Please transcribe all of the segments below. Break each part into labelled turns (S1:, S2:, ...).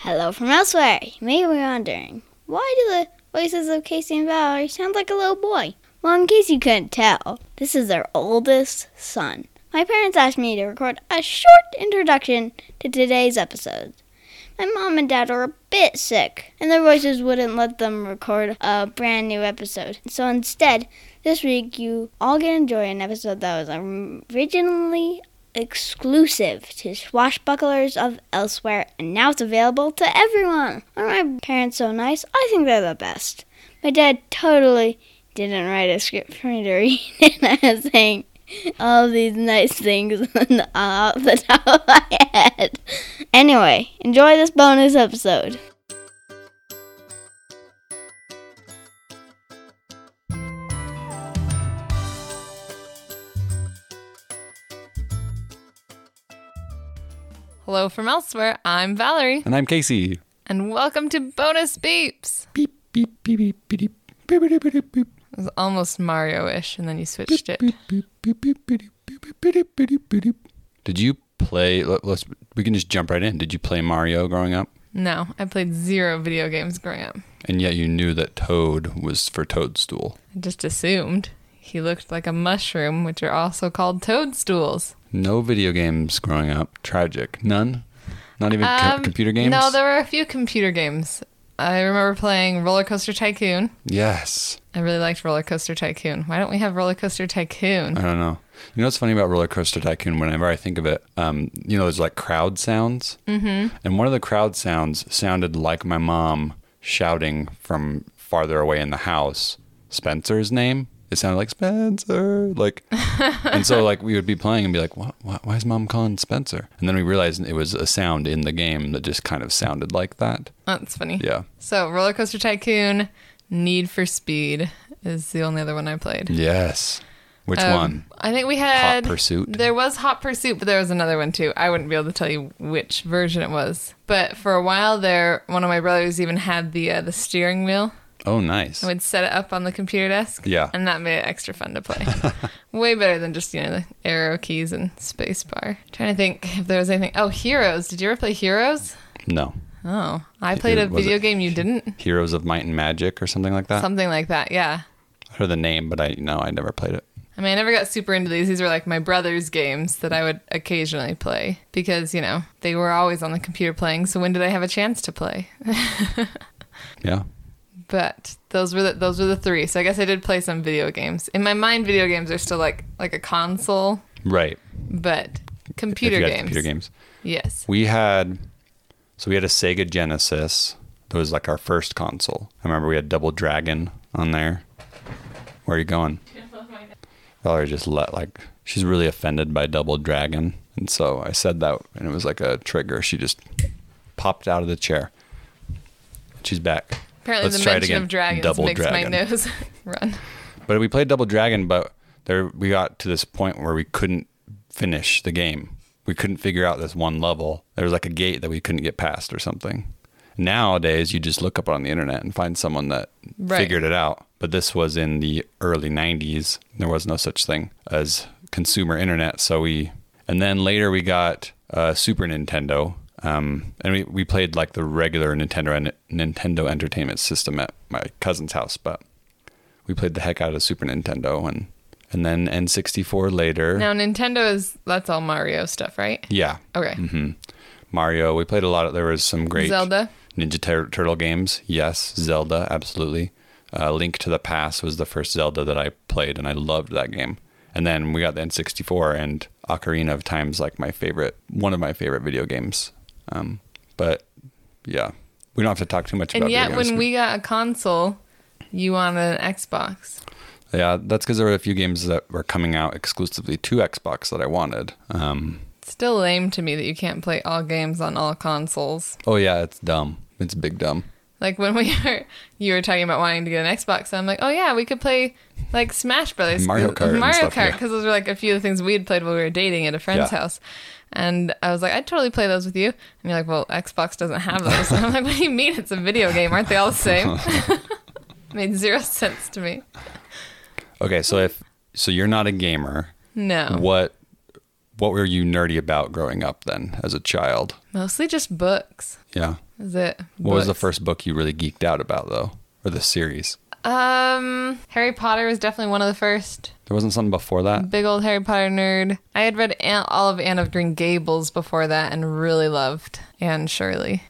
S1: Hello from elsewhere. You may be wondering, why do the voices of Casey and Valerie sound like a little boy? Well, in case you couldn't tell, this is their oldest son. My parents asked me to record a short introduction to today's episode. My mom and dad are a bit sick, and their voices wouldn't let them record a brand new episode. So instead, this week you all get to enjoy an episode that was originally exclusive to swashbucklers of elsewhere, and now it's available to everyone. Are my parents so nice? I think they're the best. My dad totally didn't write a script for me to read, and I was saying all these nice things off the top of my head. Anyway, enjoy this bonus episode.
S2: Hello from elsewhere. I'm Valerie,
S3: And I'm Casey.
S2: and welcome to Bonus Beeps.
S3: Beep, beep, beep, beep, beep, beep, beep, beep, beep, beep,
S2: It was almost Mario-ish, and then you switched it.
S3: beep, beep, beep, beep, beep, beep, beep, beep, beep, beep, beep. Did you play? Let, let's. We can just jump right in. Did you play Mario growing up?
S2: No, I played zero video games growing up.
S3: And yet you knew that Toad was for Toadstool.
S2: I just assumed he looked like a mushroom, which are also called toadstools.
S3: No video games growing up. Tragic. None. Not even co-
S2: Um,
S3: computer games.
S2: No, there were a few computer games. I remember playing Roller Coaster Tycoon.
S3: yes.
S2: I really liked Roller Coaster Tycoon. Why don't we have Roller Coaster Tycoon?
S3: I don't know. You know what's funny about Roller Coaster Tycoon? Whenever I think of it, um, you know, there's like crowd sounds, mm-hmm. and one of the crowd sounds sounded like my mom shouting from farther away in the house Spencer's name. It sounded like Spencer, like, and so like we would be playing and be like, what? Why, why is mom calling Spencer? And then we realized it was a sound in the game that just kind of sounded like that.
S2: That's funny.
S3: Yeah,
S2: So, Roller Coaster Tycoon, Need for Speed is the only other one I played.
S3: yes. Which
S2: Um,
S3: one?
S2: I think we had
S3: Pursuit?
S2: There was Hot Pursuit, but there was another one too. I wouldn't be able to tell you which version it was. But for a while there, one of my brothers even had the uh, the steering wheel.
S3: Oh, nice.
S2: I would set it up on the computer desk.
S3: Yeah.
S2: and that made it extra fun to play. Way better than just you know the arrow keys and space bar. Trying to think if there was anything. Oh, Heroes. Did you ever play Heroes?
S3: No,
S2: Oh, I played a
S3: was
S2: video
S3: it- Uh.
S2: game you didn't.
S3: Heroes of Might and Magic or something like that.
S2: Something like that. Yeah.
S3: I heard the name, but I no, I never played it.
S2: I mean, I never got super into these. These were like my brother's games that I would occasionally play because, you know, they were always on the computer playing. So when did I have a chance to play?
S3: Yeah.
S2: But those were the, those were the three. So I guess I did play some video games. In my mind, video games are still like like a console,
S3: Right.
S2: but
S3: If
S2: computer
S3: you got
S2: games.
S3: Computer games.
S2: Yes.
S3: We had, so we had a Sega Genesis. That was like our first console. I remember we had Double Dragon on there. Where are you going? Valerie just let like she's really offended by Double Dragon, and so I said that, and it was like a trigger. She just popped out of the chair. She's back.
S2: Apparently,
S3: Let's
S2: the
S3: try it
S2: mention
S3: again.
S2: of dragons
S3: Double
S2: makes
S3: Dragon.
S2: my nose run.
S3: But we played Double Dragon, but there we got to this point where we couldn't finish the game. We couldn't figure out this one level. There was like a gate that we couldn't get past or something. Nowadays, you just look up on the internet and find someone that
S2: Right.
S3: figured it out. But this was in the early 90s. There was no such thing as consumer internet. So we, and then later we got uh, Super Nintendo. Um, and we, we played like the regular Nintendo and Nintendo Entertainment System at my cousin's house, but we played the heck out of Super Nintendo and and then N64 later.
S2: Now, Nintendo is that's all Mario stuff, right?
S3: Yeah,
S2: Okay.
S3: Mario. We played a lot. Of, there was some Mm-hmm. great
S2: Zelda?
S3: Ninja Tur- Turtle games. Yes, Zelda, absolutely. Uh, Link to the Past was the first Zelda that I played, and I loved that game. And then we got the N64 and Ocarina of Time's like my favorite, one of my favorite video games. Um, but yeah, we don't have to talk too much about.
S2: And yet,
S3: video games.
S2: when we got a console, you want an Xbox.
S3: yeah, that's because there were a few games that were coming out exclusively to Xbox that I wanted. Um,
S2: Still lame to me that you can't play all games on all consoles.
S3: Oh yeah, it's dumb. It's big dumb.
S2: Like when we were, you were talking about wanting to get an Xbox, and I'm like, oh yeah, we could play like Smash Brothers, Uh,
S3: Mario Kart and
S2: Mario
S3: stuff,
S2: Kart,
S3: yeah.
S2: because those were like a few of the things we had played while we were dating at a friend's
S3: Yeah.
S2: house. And I was like, I'd totally play those with you. And you're like, well, Xbox doesn't have those. And I'm like, what do you mean? It's a video game. Aren't they all the same? Made zero sense to me.
S3: Okay, so if so, you're not a gamer.
S2: No,
S3: What what were you nerdy about growing up then, as a child?
S2: mostly just books.
S3: Yeah,
S2: Is it?
S3: What was the first book you really geeked out about though, or the series?
S2: Um, Harry Potter was definitely one of the first.
S3: There wasn't something before that.
S2: Big old Harry Potter nerd. I had read Anne, all of Anne of Green Gables before that and really loved Anne Shirley.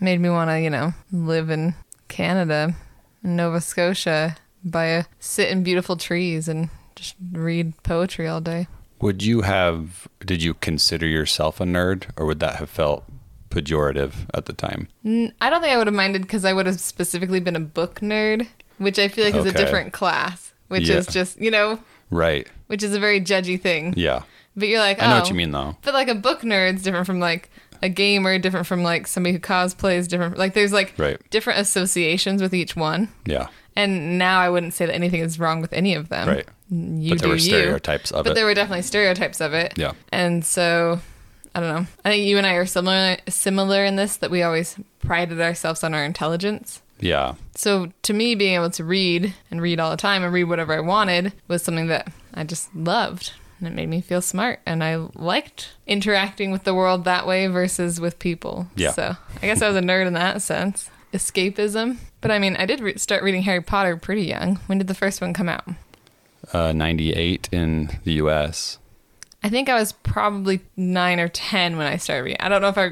S2: Made me want to, you know, live in Canada, Nova Scotia, by a sit in beautiful trees and just read poetry all day.
S3: Would you have? Did you consider yourself a nerd, or would that have felt pejorative at the time?
S2: N- I don't think I would have minded because I would have specifically been a book nerd, which I feel like is a
S3: Okay.
S2: different class, which
S3: Yeah.
S2: is just, you know,
S3: Right.
S2: which is a very judgy thing.
S3: Yeah.
S2: But you're like, oh,
S3: I know what you mean though.
S2: But like a book nerd's different from like a gamer, different from like somebody who cosplays, different. Like there's like
S3: Right.
S2: different associations with each one.
S3: Yeah.
S2: And now I wouldn't say that anything is wrong with any of them.
S3: Right.
S2: You
S3: But there
S2: do
S3: were
S2: you.
S3: stereotypes of
S2: But
S3: it.
S2: there were definitely stereotypes of it.
S3: Yeah.
S2: And so I don't know. I think you and I are similar similar in this that we always prided ourselves on our intelligence.
S3: Yeah.
S2: So to me being able to read and read all the time and read whatever I wanted was something that I just loved. And it made me feel smart and I liked interacting with the world that way versus with people.
S3: Yeah.
S2: So I guess I was a nerd in that sense. Escapism. But I mean, I did re- start reading Harry Potter pretty young. When did the first one come out?
S3: Uh, 98 in the U.S.
S2: I think I was probably nine or ten when I started reading. I don't know if I,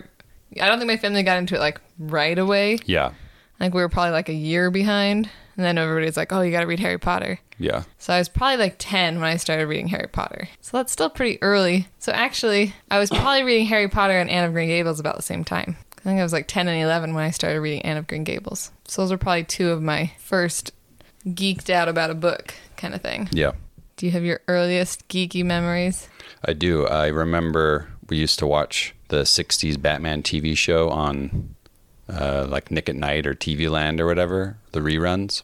S2: I don't think my family got into it like right away.
S3: Yeah.
S2: Like we were probably like a year behind, and then everybody was like, "Oh, you got to read Harry Potter."
S3: Yeah.
S2: So I was probably like ten when I started reading Harry Potter. So that's still pretty early. So actually, I was probably reading Harry Potter and Anne of Green Gables about the same time. I think I was like ten and eleven when I started reading Anne of Green Gables. So those were probably two of my first geeked out about a book kind of thing.
S3: Yeah.
S2: Do you have your earliest geeky memories?
S3: I do. I remember we used to watch the 60s Batman TV show on uh, like Nick at Night or TV Land or whatever, the reruns.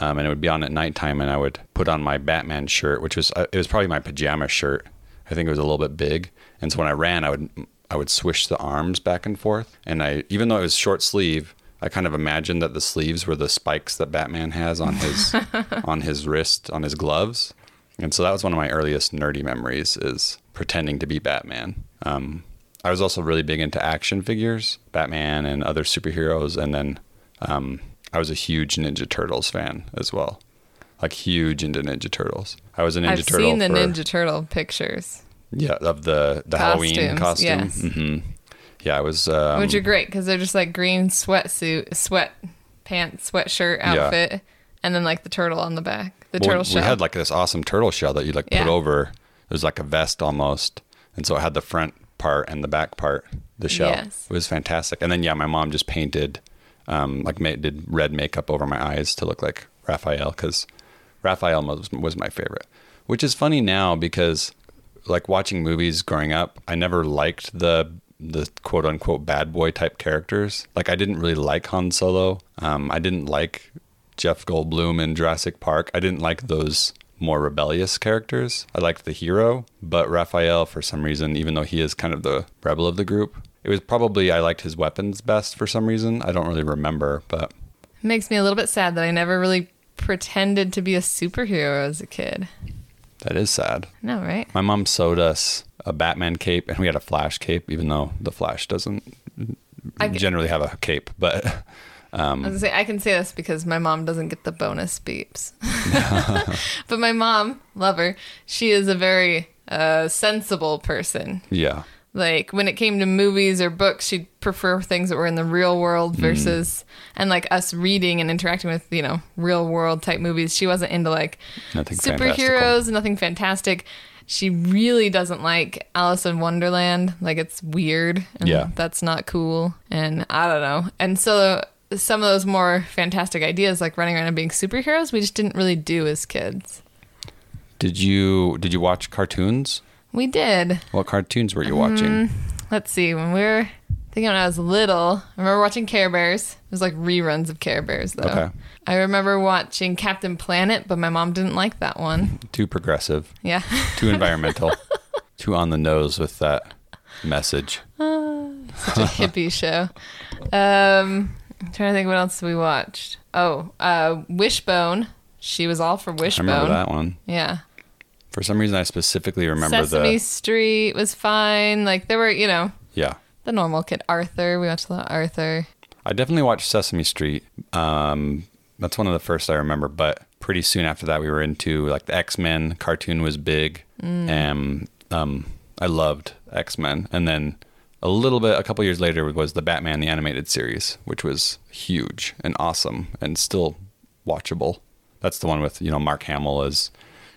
S3: Um, and it would be on at nighttime, and I would put on my Batman shirt, which was uh, it was probably my pajama shirt. I think it was a little bit big, and so when I ran, I would I would swish the arms back and forth, and I even though it was short sleeve, I kind of imagined that the sleeves were the spikes that Batman has on his on his wrist on his gloves, and so that was one of my earliest nerdy memories is pretending to be Batman. Um, I was also really big into action figures, Batman and other superheroes, and then um, I was a huge Ninja Turtles fan as well, like huge into Ninja Turtles. I was a Ninja
S2: I've
S3: Turtle
S2: seen the
S3: for-
S2: Ninja Turtle pictures,
S3: yeah of the the Halloween
S2: Costumes,
S3: costume.
S2: yes.
S3: hmm Yeah, I was. Um,
S2: which are great because they're just like green sweatsuit, sweat pants, sweatshirt
S3: Yeah.
S2: outfit, and then like the turtle on the back, the
S3: well,
S2: turtle
S3: we
S2: shell.
S3: had like this awesome turtle shell that you like
S2: Yeah.
S3: put over. It was like a vest almost, and so it had the front part and the back part, the shell.
S2: Yes.
S3: It was fantastic. And then yeah, my mom just painted, um, like ma- did red makeup over my eyes to look like Raphael because Raphael was, was my favorite, which is funny now because like watching movies growing up, I never liked the the quote unquote bad boy type characters. Like I didn't really like Han Solo. Um, I didn't like Jeff Goldblum in Jurassic Park. I didn't like those more rebellious characters. I liked the hero, but Raphael for some reason, even though he is kind of the rebel of the group, it was probably I liked his weapons best for some reason. I don't really remember, but
S2: Makes me a little bit sad that I never really pretended to be a superhero as a kid.
S3: that is sad.
S2: No, right?
S3: My mom sewed us a Batman cape, and we had a Flash cape, even though the Flash doesn't
S2: I g-
S3: generally have a cape. But
S2: I was gonna say I can say this because my mom doesn't get the bonus beeps. but my mom, love her, she is a very uh, sensible person.
S3: yeah,
S2: Like when it came to movies or books, she'd prefer things that were in the real
S3: Mm.
S2: world versus and like us reading and interacting with, you know, real world type movies. She wasn't into like
S3: Nothing
S2: superheroes, nothing fantastic. She really doesn't like Alice in Wonderland. Like it's weird. And
S3: Yeah.
S2: That's not cool. And I don't know. And so some of those more fantastic ideas like running around and being superheroes, we just didn't really do as kids.
S3: did you did you watch cartoons?
S2: We did.
S3: What cartoons were you
S2: Mm.
S3: watching?
S2: let's see, when we were thinking when I was little, I remember watching Care Bears. It was like reruns of Care Bears though.
S3: Okay.
S2: I remember watching Captain Planet, but my mom didn't like that one.
S3: Too progressive,
S2: Yeah.
S3: too environmental, too on the nose with that message.
S2: Such a hippie show. Um I'm trying to think what else we watched. Oh, uh Wishbone. She was all for
S3: I
S2: Wishbone.
S3: remember that one.
S2: Yeah.
S3: For some reason, I specifically remember
S2: Sesame
S3: the
S2: Street was fine. Like there were, you know,
S3: yeah.
S2: the normal kid, Arthur. We watched a lot of Arthur.
S3: I definitely watched Sesame Street. Um, that's one of the first I remember. But pretty soon after that, we were into like the X Men cartoon was big, and um, I loved X Men. And then a little bit, a couple years later, was the Batman the animated series, which was huge and awesome and still watchable. That's the one with you know Mark Hamill as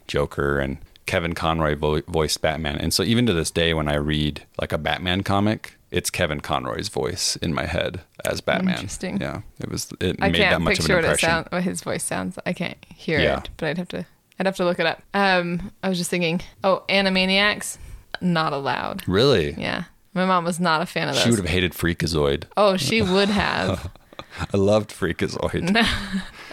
S3: Joker and Kevin Conroy vo- voiced Batman. And so even to this day, when I read like a Batman comic. It's Kevin Conroy's voice in my head as Batman.
S2: Interesting.
S3: Yeah, it was. It
S2: I
S3: made
S2: can't
S3: that much of
S2: picture
S3: an
S2: what it
S3: impression.
S2: sound, what his voice sounds. I can't hear
S3: Yeah.
S2: it, but I'd have to. I'd have to look it up. Um, I was just thinking. Oh, Animaniacs, not allowed.
S3: Really?
S2: Yeah, my mom was not a fan of those.
S3: She would have hated Freakazoid.
S2: Oh, she would have.
S3: I loved Freakazoid.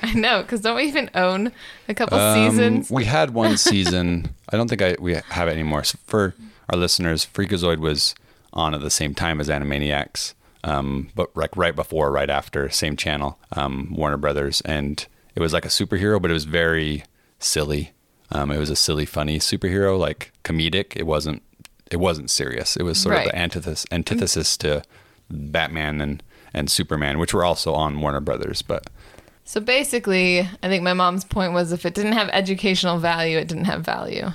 S2: I know, because don't we even own a couple
S3: Um,
S2: seasons?
S3: We had one season. I don't think I we have it anymore. So for our listeners, Freakazoid was on at the same time as Animaniacs, um, but like right before, right after, same channel, um, Warner Brothers, and it was like a superhero, but it was very silly. Um, it was a silly, funny superhero, like comedic. It wasn't. It wasn't serious. It was sort of
S2: Right.
S3: the antithesis antithesis to Batman and and Superman, which were also on Warner Brothers, but.
S2: So basically, I think my mom's point was if it didn't have educational value, it didn't have value,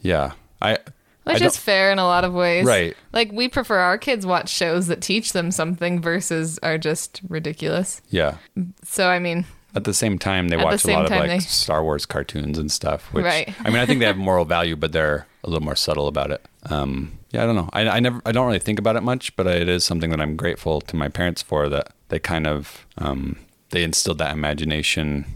S3: Yeah, I. I
S2: which
S3: don't-
S2: is fair in a lot of ways.
S3: Right.
S2: Like we prefer our kids watch shows that teach them something versus are just ridiculous.
S3: yeah.
S2: So I mean,
S3: At the same time, they
S2: the
S3: watch a
S2: same
S3: lot of
S2: time,
S3: like
S2: they-
S3: Star Wars cartoons and stuff. Which,
S2: Right.
S3: I mean, I think they have moral value, but they're a little more subtle about it. Um, yeah, I don't know. I, I never, I don't really think about it much, but it is something that I'm grateful to my parents for that they kind of um, they instilled that imagination.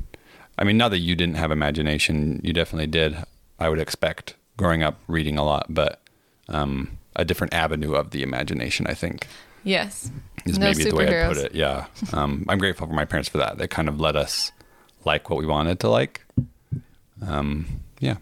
S3: I mean, not that you didn't have imagination, you definitely did. I would expect growing up reading a lot, but um, a different avenue of the imagination, I think
S2: yes.
S3: is
S2: no
S3: maybe the way I
S2: superheroes.
S3: put it. Yeah. Um, I'm grateful for my parents for that. They kind of let us like what we wanted to like. Um, yeah.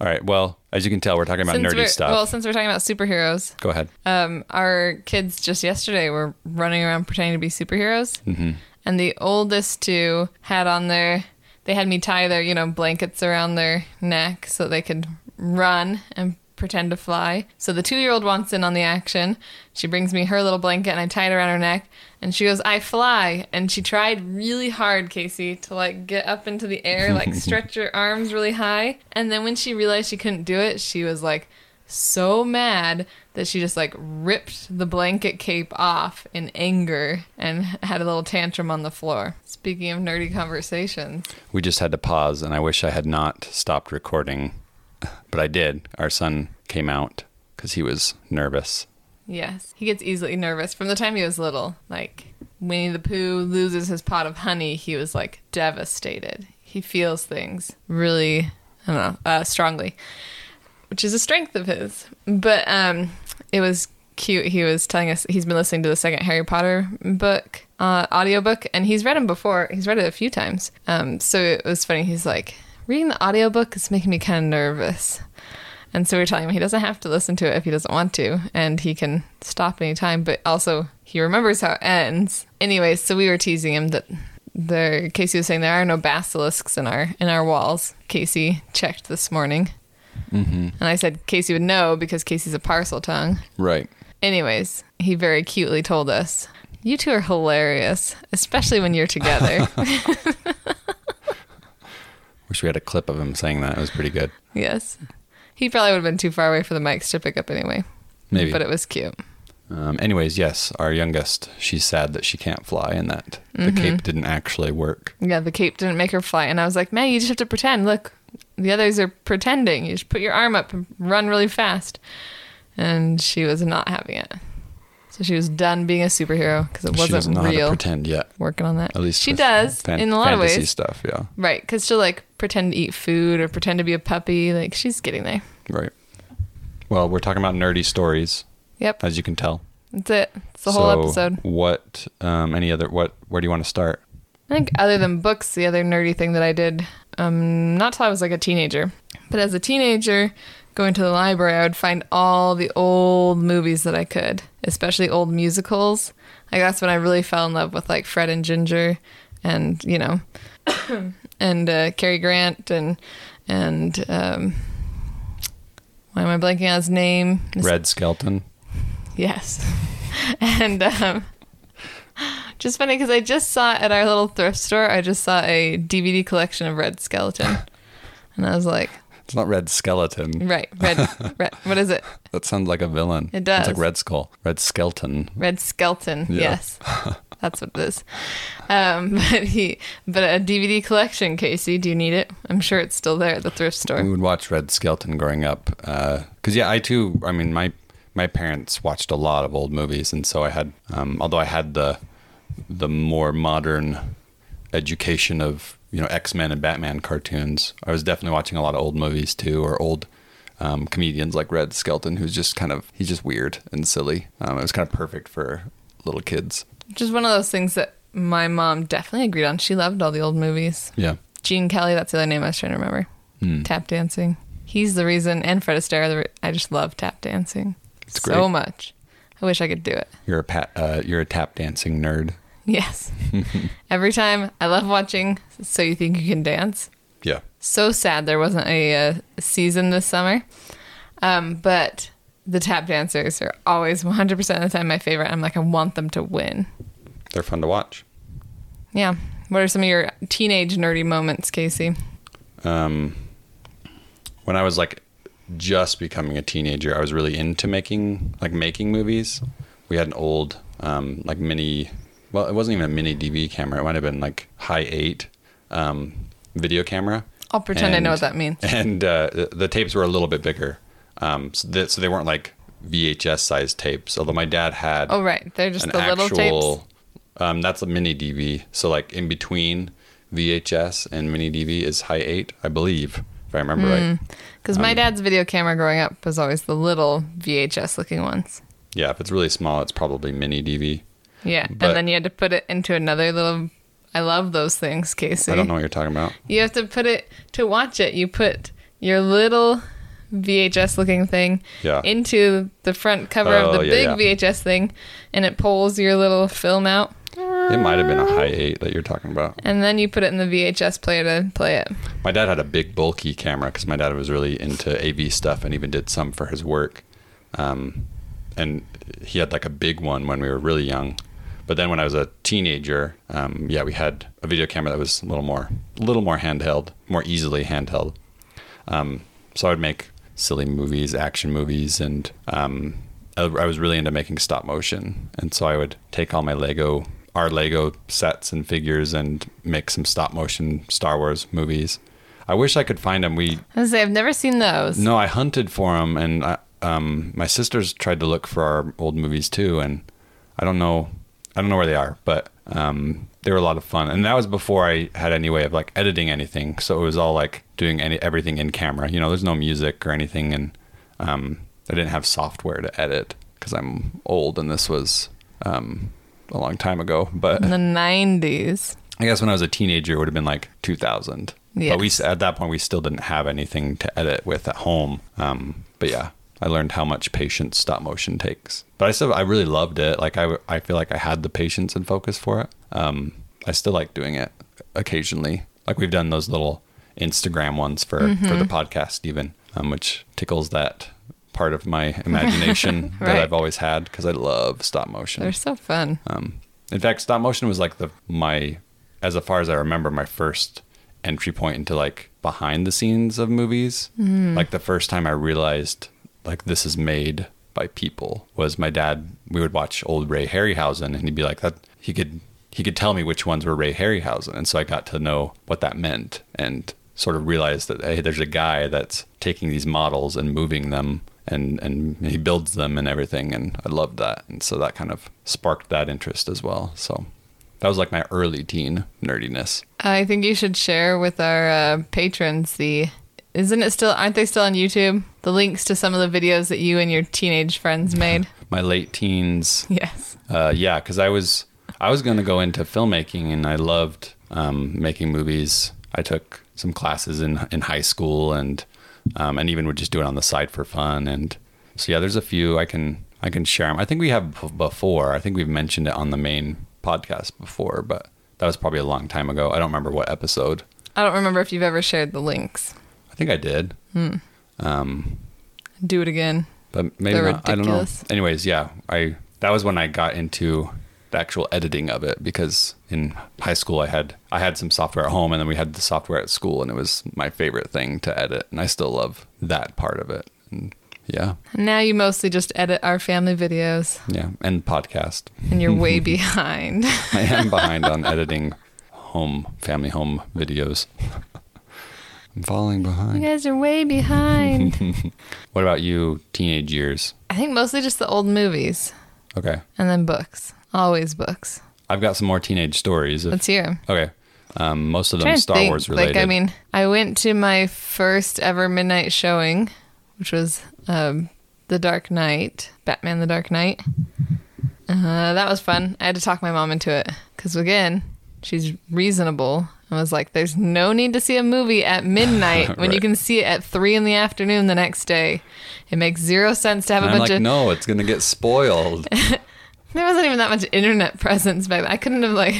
S3: All right. Well, as you can tell, we're talking about
S2: Since we're-
S3: nerdy stuff.
S2: Well, since we're talking about superheroes,
S3: Go ahead.
S2: um, our kids just yesterday were running around pretending to be superheroes, mm-hmm. and the oldest two had on their they had me tie their you know blankets around their neck so they could run and pretend to fly. So the two year old wants in on the action. She brings me her little blanket and I tie it around her neck, and she goes, "I fly," and she tried really hard, Casey, to like get up into the air, like stretch her arms really high, and then when she realized she couldn't do it, she was like so mad that she just like ripped the blanket cape off in anger and had a little tantrum on the floor. Speaking of nerdy conversations,
S3: We just had to pause, and I wish I had not stopped recording, but I did. Our son came out because he was nervous.
S2: yes, he gets easily nervous from the time he was little. Like Winnie the Pooh loses his pot of honey, he was like devastated. He feels things really, I don't know, uh, strongly. which is a strength of his. But um, it was cute. He was telling us he's been listening to the second Harry Potter book, uh, audiobook, and he's read them before. He's read it a few times. Um, so it was funny. He's like, reading the audiobook is making me kind of nervous. And so we we're telling him he doesn't have to listen to it if he doesn't want to, and he can stop anytime. But also, he remembers how it ends. Anyway, so we were teasing him that there. Casey was saying there are no basilisks in our in our walls. Casey checked this morning. And I said Casey would know because Casey's a parcel tongue.
S3: Right.
S2: Anyways, he very cutely told us, You two are hilarious, especially when you're together.
S3: Wish we had a clip of him saying that. It was pretty good.
S2: yes. He probably would have been too far away for the mics to pick up anyway.
S3: Maybe.
S2: But it was cute.
S3: Um, anyways, yes, our youngest, she's sad that she can't fly and that
S2: Mm-hmm.
S3: the cape didn't actually work.
S2: Yeah, the cape didn't make her fly. And I was like, May, you just have to pretend. Look, the others are pretending. You just put your arm up and run really fast. And she was not having it. So she was done being a superhero because it
S3: she doesn't
S2: wasn't
S3: know how to
S2: real.
S3: pretend yet.
S2: Working on that.
S3: At least
S2: she
S3: with
S2: does
S3: fan-
S2: in a lot of
S3: fantasy
S2: ways.
S3: stuff. Yeah,
S2: Right, because she'll like pretend to eat food or pretend to be a puppy. Like she's getting there.
S3: right. Well, we're talking about nerdy stories,
S2: Yep,
S3: as you can tell.
S2: that's it. It's the whole
S3: So,
S2: episode.
S3: What? Um, any other? What? Where do you want to start?
S2: I think other than books, the other nerdy thing that I did, um, not till I was like a teenager, but as a teenager, going to the library, I would find all the old movies that I could, especially old musicals. Like that's when I really fell in love with like Fred and Ginger, and you know, and uh, Cary Grant and and um, why am I blanking on his name? Mr.
S3: Red Skeleton.
S2: Yes. and um, just funny because I just saw at our little thrift store. I just saw a DVD collection of Red Skeleton, and I was like,
S3: It's not Red Skeleton.
S2: right, Red, Red, what is it?
S3: That sounds like a villain.
S2: It
S3: It's
S2: does.
S3: like Red Skull. Red Skeleton.
S2: Red Skelton.
S3: Yeah.
S2: Yes. That's what it is. Um, but he, but a DVD collection, Casey. Do you need it? I'm sure it's still there at the thrift
S3: We
S2: store.
S3: would watch Red Skeleton growing up. Because, yeah, I too, I mean, my my parents watched a lot of old movies. And so I had, um, although I had the the more modern education of, you know, X Men and Batman cartoons, I was definitely watching a lot of old movies too, or old um, comedians like Red Skelton, who's just kind of, he's just weird and silly. Um, it was kind of perfect for little kids.
S2: Just one of those things that my mom definitely agreed on. She loved all the old movies.
S3: Yeah.
S2: Gene Kelly. That's the other name I was trying to remember.
S3: Hmm.
S2: Tap dancing. He's the reason, and Fred Astaire. The re- I just love tap dancing
S3: It's
S2: so
S3: great.
S2: much. I wish I could do it.
S3: You're a pat, uh, you're a tap dancing nerd.
S2: Yes. Every time I love watching. So you think you can dance?
S3: Yeah.
S2: so sad there wasn't a, uh season this summer. Um, but the tap dancers are always 100% of the time my favorite. I'm like, I want them to win.
S3: They're fun to watch.
S2: Yeah. What are some of your teenage nerdy moments, Casey?
S3: um, when I was like just becoming a teenager, I was really into making like making movies. We had an old um, like mini, well, it wasn't even a mini DV camera. It might have been like high eight um, video camera.
S2: I'll pretend I know what that means.
S3: And uh, the, the tapes were a little bit bigger, um, so, th- so they weren't like VHS sized tapes. Although my dad had
S2: Oh, right. They're just the little tapes.
S3: um, that's a mini DV. So like in between VHS and mini DV is high eight, I believe, if I
S2: Hmm.
S3: remember right.
S2: Because
S3: Um,
S2: my dad's video camera growing up was always the little VHS looking ones.
S3: Yeah, if it's really small, it's probably mini DV.
S2: Yeah.
S3: But-
S2: and then you had to put it into another little. I love those things, Casey.
S3: I don't know what you're talking about.
S2: You have to put it to watch it. You put your little VHS looking thing
S3: Yeah.
S2: into the front cover of
S3: Oh,
S2: the
S3: yeah,
S2: big
S3: yeah.
S2: VHS thing and it pulls your little film out
S3: It might have been a high eight that you're talking about.
S2: and then you put it in the VHS player to play it.
S3: My dad had a big bulky camera because my dad was really into AV stuff and even did some for his work. Um, and he had like a big one when we were really young. But then when I was a teenager, um, yeah, we had a video camera that was a little more, a little more handheld, more easily handheld. Um, so I would make silly movies, action movies, and um, I, I was really into making stop motion. And so I would take all my Lego, our Lego sets and figures, and make some stop motion Star Wars movies. I wish I could find them.
S2: I
S3: We
S2: was gonna say I've never seen those.
S3: no, I hunted for them, and I, um, my sisters tried to look for our old movies too, and I don't know, I don't know where they are, but um, they were a lot of fun. And that was before I had any way of like editing anything, so it was all like doing any everything in camera. You know, there's no music or anything, and um, I didn't have software to edit because I'm old, and this was um, a long time ago. But
S2: In the 90s.
S3: I guess when I was a teenager, it would have been like 2000. But
S2: Yes.
S3: we at that point we still didn't have anything to edit with at home. Um, but yeah, I learned how much patience stop motion takes. But I still I really loved it. Like I I feel like I had the patience and focus for it. Um, I still like doing it occasionally. Like we've done those little Instagram ones for for
S2: Mm-hmm.
S3: the podcast even, um, which tickles that part of my imagination
S2: Right.
S3: that I've always had because I love stop motion.
S2: They're so fun.
S3: Um, in fact, stop motion was like the my as far as I remember my first entry point into like behind the scenes of movies. Like the first time I realized like this is made by people was my dad. We would watch old Ray Harryhausen, and he'd be like that. He could he could tell me which ones were Ray Harryhausen, and so I got to know what that meant and sort of realized that hey, there's a guy that's taking these models and moving them and and he builds them and everything and I loved that and so that kind of sparked that interest as well so that was like my early teen nerdiness
S2: I think you should share with our uh, patrons the isn't it still aren't they still on YouTube? The links to some of the videos that you and your teenage friends made.
S3: my late teens
S2: yes.
S3: uh, yeah because I was I was gonna go into filmmaking and I loved um, making movies I took some classes in in high school and um, and even would just do it on the side for fun and so yeah there's a few I can I can share them I think we have b- before I think we've mentioned it on the main podcast before but that was probably a long time ago I don't remember what episode
S2: I don't remember if you've ever shared the links.
S3: I think I did. Um,
S2: Do it again.
S3: but maybe
S2: They're
S3: not. I don't know.
S2: ridiculous.
S3: Anyways, yeah, I that was when I got into the actual editing of it because in high school I had I had some software at home and then we had the software at school and it was my favorite thing to edit and I still love that part of it. And yeah.
S2: Now you mostly just edit our family videos
S3: Yeah. And podcast.
S2: and you're way behind.
S3: I am behind on editing home family home videos. I'm falling
S2: you
S3: behind.
S2: guys are way behind.
S3: What about you teenage years?
S2: I think mostly just the old movies
S3: Okay.
S2: and then books. Always books.
S3: I've got some more teenage stories. If,
S2: Let's hear 'em.
S3: okay. Um, most of them
S2: Trying to
S3: Star
S2: think,
S3: Wars related.
S2: Like, I mean, I went to my first ever midnight showing, which was um, The Dark Knight, Batman: The Dark Knight. Uh, that was fun. I had to talk my mom into it because again, she's reasonable. I was like, "There's no need to see a movie at midnight when you
S3: Right.
S2: can see it at three in the afternoon the next day. It makes zero sense to have
S3: And
S2: a
S3: I'm
S2: bunch
S3: like,
S2: of."
S3: no, it's gonna get spoiled.
S2: There wasn't even that much internet presence back then. I couldn't have like.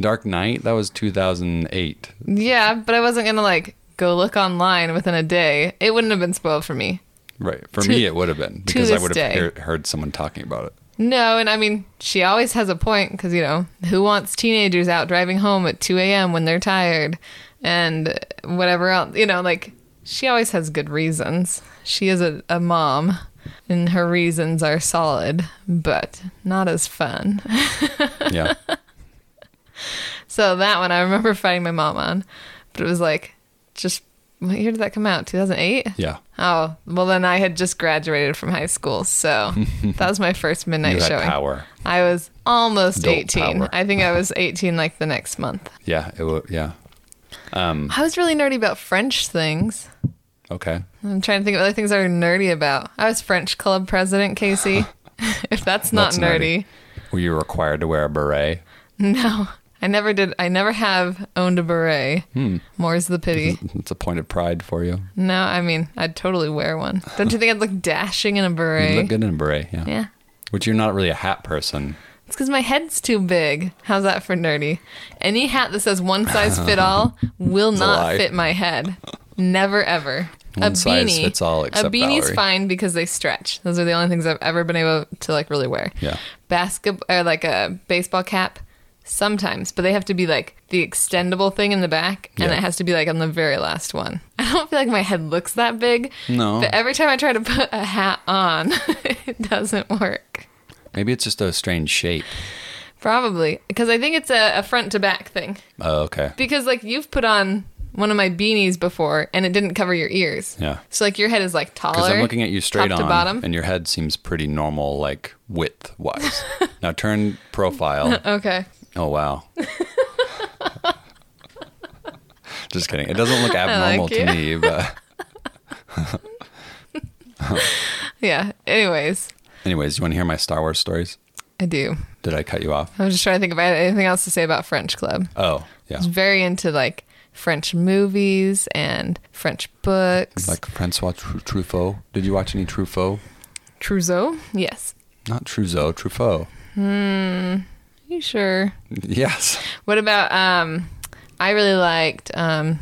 S3: Dark Knight, that was 2008.
S2: Yeah, but I wasn't gonna like go look online within a day. It wouldn't have been spoiled for me.
S3: Right. For me, it would have been because I
S2: this
S3: would
S2: day.
S3: have hear- heard someone talking about it.
S2: No, and I mean she always has a point because you know who wants teenagers out driving home at two a.m. when they're tired and whatever else. You know, like she always has good reasons. She is a, a mom, and her reasons are solid, but not as fun.
S3: Yeah.
S2: So that one I remember fighting my mom on, but it was like just what year did that come out? Two thousand eight.
S3: Yeah.
S2: Oh, well, then I had just graduated from high school. So that was my first midnight
S3: You had
S2: showing.
S3: power.
S2: I was almost
S3: Adult
S2: 18.
S3: power.
S2: I think I was 18 like the next month.
S3: Yeah. It would. Yeah. Hmm.
S2: I was really nerdy about French things.
S3: Okay.
S2: I'm trying to think of other things I were nerdy about. I was French club president, Casey. if that's not
S3: That's nerdy.
S2: nerdy.
S3: Were you required to wear a beret?
S2: No. I never did. I never have owned a beret.
S3: Hmm.
S2: More's the pity.
S3: It's a point of pride for you.
S2: No, I mean, I'd totally wear one. Don't you think I'd look dashing in a beret?
S3: You look good in a beret. Yeah.
S2: Yeah.
S3: Which you're not really a hat person.
S2: It's because my head's too big. How's that for nerdy? Any hat that says one size fit all will
S3: a
S2: not
S3: lie.
S2: fit my head. Never ever.
S3: One size fits all
S2: a
S3: except
S2: beanie's
S3: Valerie.
S2: fine because they stretch. Those are the only things I've ever been able to like really wear.
S3: Yeah.
S2: Basketball or like a baseball cap sometimes, but they have to be like the extendable thing in the back and
S3: Yeah.
S2: it has to be like on the very last one. I don't feel like my head looks that big.
S3: No.
S2: But every time I try to put a hat on, it doesn't work.
S3: Maybe it's just a strange shape.
S2: Probably because I think it's a, a front to back thing.
S3: Oh, okay.
S2: Because like you've put on one of my beanies before and it didn't cover your ears.
S3: Yeah.
S2: So like your head is like taller.
S3: Because I'm looking at you straight
S2: top
S3: on,
S2: to bottom.
S3: and your head seems pretty normal, like width wise. now turn profile.
S2: okay.
S3: Oh wow. Just kidding. It doesn't look abnormal
S2: like
S3: to
S2: you.
S3: me, but
S2: Yeah. Anyways,
S3: anyways, you want to hear my Star Wars stories?
S2: I do.
S3: Did I cut you off?
S2: I was just trying to think if I had anything else to say about French Club.
S3: Oh, yeah.
S2: I was very into like French movies and French books.
S3: Like Francois Tru- Truffaut. Did you watch any Truffaut?
S2: Trousseau. Yes.
S3: Not Trousseau, Truffaut.
S2: you sure?
S3: Yes.
S2: What about um? I really liked um.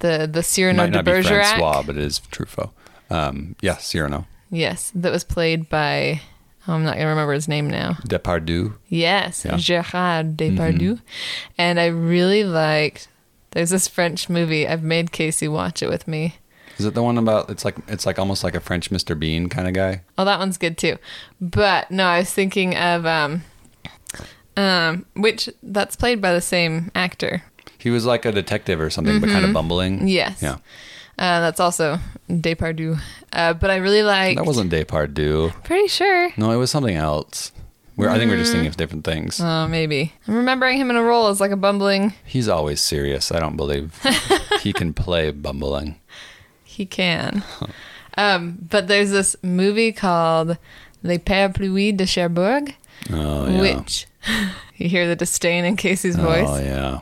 S2: The the Cyrano
S3: Might
S2: de
S3: not be
S2: Bergerac.
S3: Francois, but it is Truffaut. Um, yeah, Cyrano.
S2: Yes, that was played by. Oh, I'm not gonna remember his name now.
S3: Depardieu.
S2: Yes,
S3: Yeah. Mm-hmm.
S2: Gérard Depardieu, and I really liked. There's this French movie. I've made Casey watch it with me.
S3: Is it the one about it's like it's like almost like a French Mr. Bean kind of guy?
S2: Oh, that one's good too. But no, I was thinking of um, um, which that's played by the same actor.
S3: He was like a detective or something, but kind of bumbling.
S2: Mm-hmm. Yes.
S3: Yeah.
S2: Uh, that's also Depardieu. Uh, but I really like.
S3: That wasn't Depardieu.
S2: pretty sure.
S3: No, it was something else. We're, I think we're just thinking of different things.
S2: Oh, maybe I'm remembering him in a role as like a bumbling.
S3: He's always serious. I don't believe he can play bumbling.
S2: He can. um, but there's this movie called Les Parapluies de Cherbourg,
S3: Oh
S2: Mm.
S3: yeah.
S2: which you hear the disdain in Casey's
S3: Oh
S2: voice.
S3: yeah.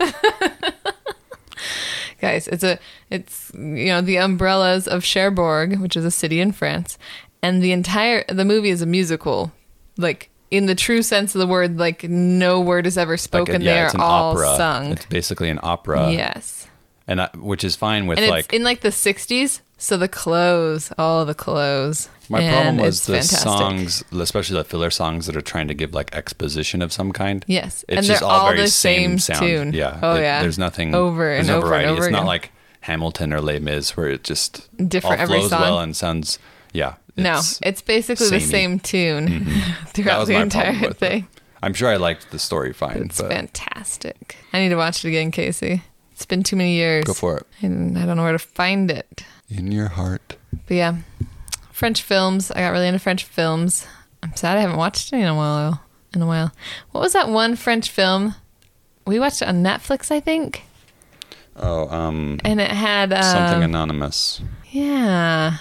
S2: Guys, it's a it's you know the umbrellas of Cherbourg, which is a city in France, and the entire the movie is a musical, like in the true sense of the word. Like no word is ever
S3: Like a-
S2: spoken.
S3: yeah,
S2: they are
S3: it's an
S2: all
S3: opera.
S2: sung.
S3: It's basically an opera.
S2: yes.
S3: and I, which is fine with
S2: and it's
S3: like
S2: in like the 60s so the clothes all the clothes
S3: my
S2: and
S3: problem was
S2: it's
S3: the
S2: fantastic.
S3: songs, especially the filler songs that are trying to give like exposition of some kind.
S2: yes
S3: It's
S2: and
S3: just
S2: they're
S3: all,
S2: all,
S3: very
S2: the same,
S3: sound.
S2: tune
S3: Yeah.
S2: oh
S3: It-
S2: yeah
S3: There's nothing
S2: over and
S3: there's no
S2: over
S3: variety.
S2: and over
S3: it's
S2: again.
S3: not like Hamilton or Les Mis where it just
S2: Different
S3: all
S2: every
S3: flows well
S2: song.
S3: and sounds. Yeah.
S2: no
S3: it's-
S2: it's basically the
S3: samey.
S2: same
S3: Mm-hmm.
S2: tune throughout the
S3: my problem
S2: entire
S3: with it.
S2: thing
S3: I'm sure I liked the story fine.
S2: it's
S3: but
S2: fantastic i need to watch it again casey it's been too many years
S3: Go for it.
S2: and i don't know where to find it
S3: In your heart.
S2: But yeah, French films. I got really into French films. I'm sad I haven't watched any in a while. In a while, what was that one French film we watched it on Netflix? I think,
S3: Oh, um,
S2: and it had um,
S3: something anonymous,
S2: yeah,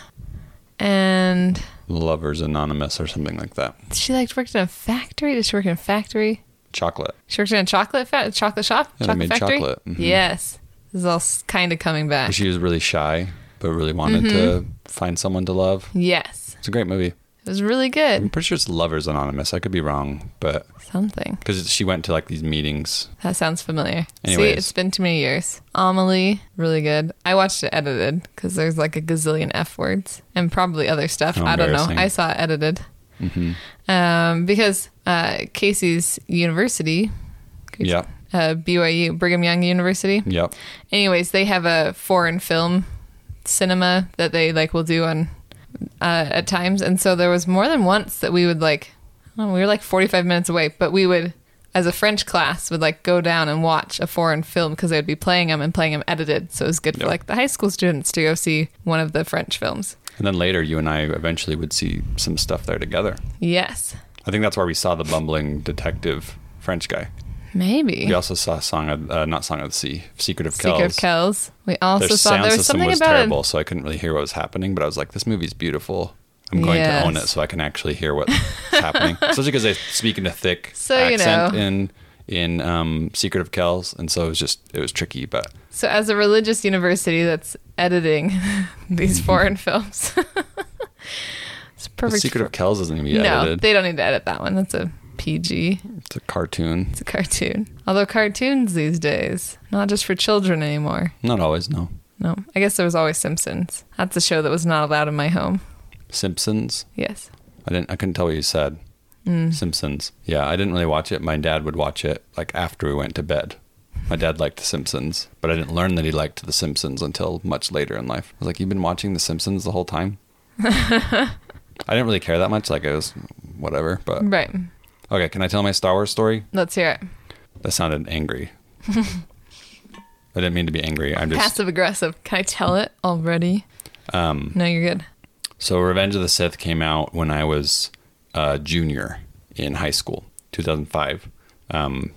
S2: and
S3: lovers anonymous, or something like that.
S2: she like worked in a factory. Did she work in a factory?
S3: Chocolate.
S2: She worked in a chocolate fa- chocolate shop.
S3: Yeah, they
S2: chocolate
S3: made
S2: factory.
S3: chocolate. Mhm.
S2: Yes, this is all kind of coming back.
S3: She was really shy, but really wanted
S2: Mm-hmm.
S3: to find someone to love.
S2: yes,
S3: It's a great movie.
S2: it was really good.
S3: I'm pretty sure it's lovers anonymous. I could be wrong, but
S2: Something.
S3: because she went to like these meetings.
S2: That sounds familiar.
S3: Anyways.
S2: See, it's been too many years. Amelie, really good. I watched it edited because there's like a gazillion F words and probably other stuff.
S3: How
S2: I don't know.
S3: embarrassing. Mm-hmm.
S2: I saw it edited. Um, because uh, Casey's university,
S3: Yeah.
S2: uh, BYU, Brigham Young University.
S3: Yep.
S2: Anyways, they have a foreign film cinema that they like will do on uh, at times, and so there was more than once that we would like. I don't know, we were like forty-five minutes away, but we would, as a French class, would like go down and watch a foreign film because they would be playing them and playing them edited, so it was good for
S3: Yep.
S2: like the high school students to go see one of the French films.
S3: And then later, you and I eventually would see some stuff there together.
S2: Yes,
S3: I think that's where we saw the bumbling detective French guy.
S2: maybe.
S3: We also saw Song of, uh, not Song of the Sea, Secret of Kells.
S2: Secret of Kells. We also
S3: Their
S2: saw
S3: sound
S2: there was
S3: system
S2: something
S3: was
S2: about
S3: terrible,
S2: it.
S3: so I couldn't really hear what was happening. But I was like, this movie's beautiful. I'm going to own it
S2: Yes.
S3: so I can actually hear what's happening. Especially because they speak in a thick
S2: So, you
S3: accent
S2: know.
S3: in in um, Secret of Kells, and so it was just it was tricky. But
S2: So, as a religious university that's editing these foreign films, it's
S3: Mm-hmm. the
S2: perfect.
S3: Secret
S2: for-
S3: of Kells isn't going to be
S2: no,
S3: edited.
S2: they don't need to edit that one. That's a PG.
S3: it's a cartoon.
S2: It's a cartoon. Although cartoons these days, not just for children anymore.
S3: Not always. No.
S2: No, I guess there was always Simpsons. That's a show that was not allowed in my home.
S3: Simpsons.
S2: Yes.
S3: I didn't. I couldn't tell what you said. Simpsons. Yeah, I didn't really watch it. My dad would watch it like after we went to bed. My dad liked The Simpsons, but I didn't learn that he liked The Simpsons until much later in life. I was like, "You've been watching The Simpsons the whole time." I didn't really care that much. Like it was whatever. But
S2: Right.
S3: okay, can I tell my Star Wars story?
S2: Let's hear it.
S3: That sounded angry. I didn't mean to be angry. I'm just
S2: Passive aggressive. Can I tell it already? Um, no, you're good.
S3: So Revenge of the Sith came out when I was a junior in high school, 2005. Um,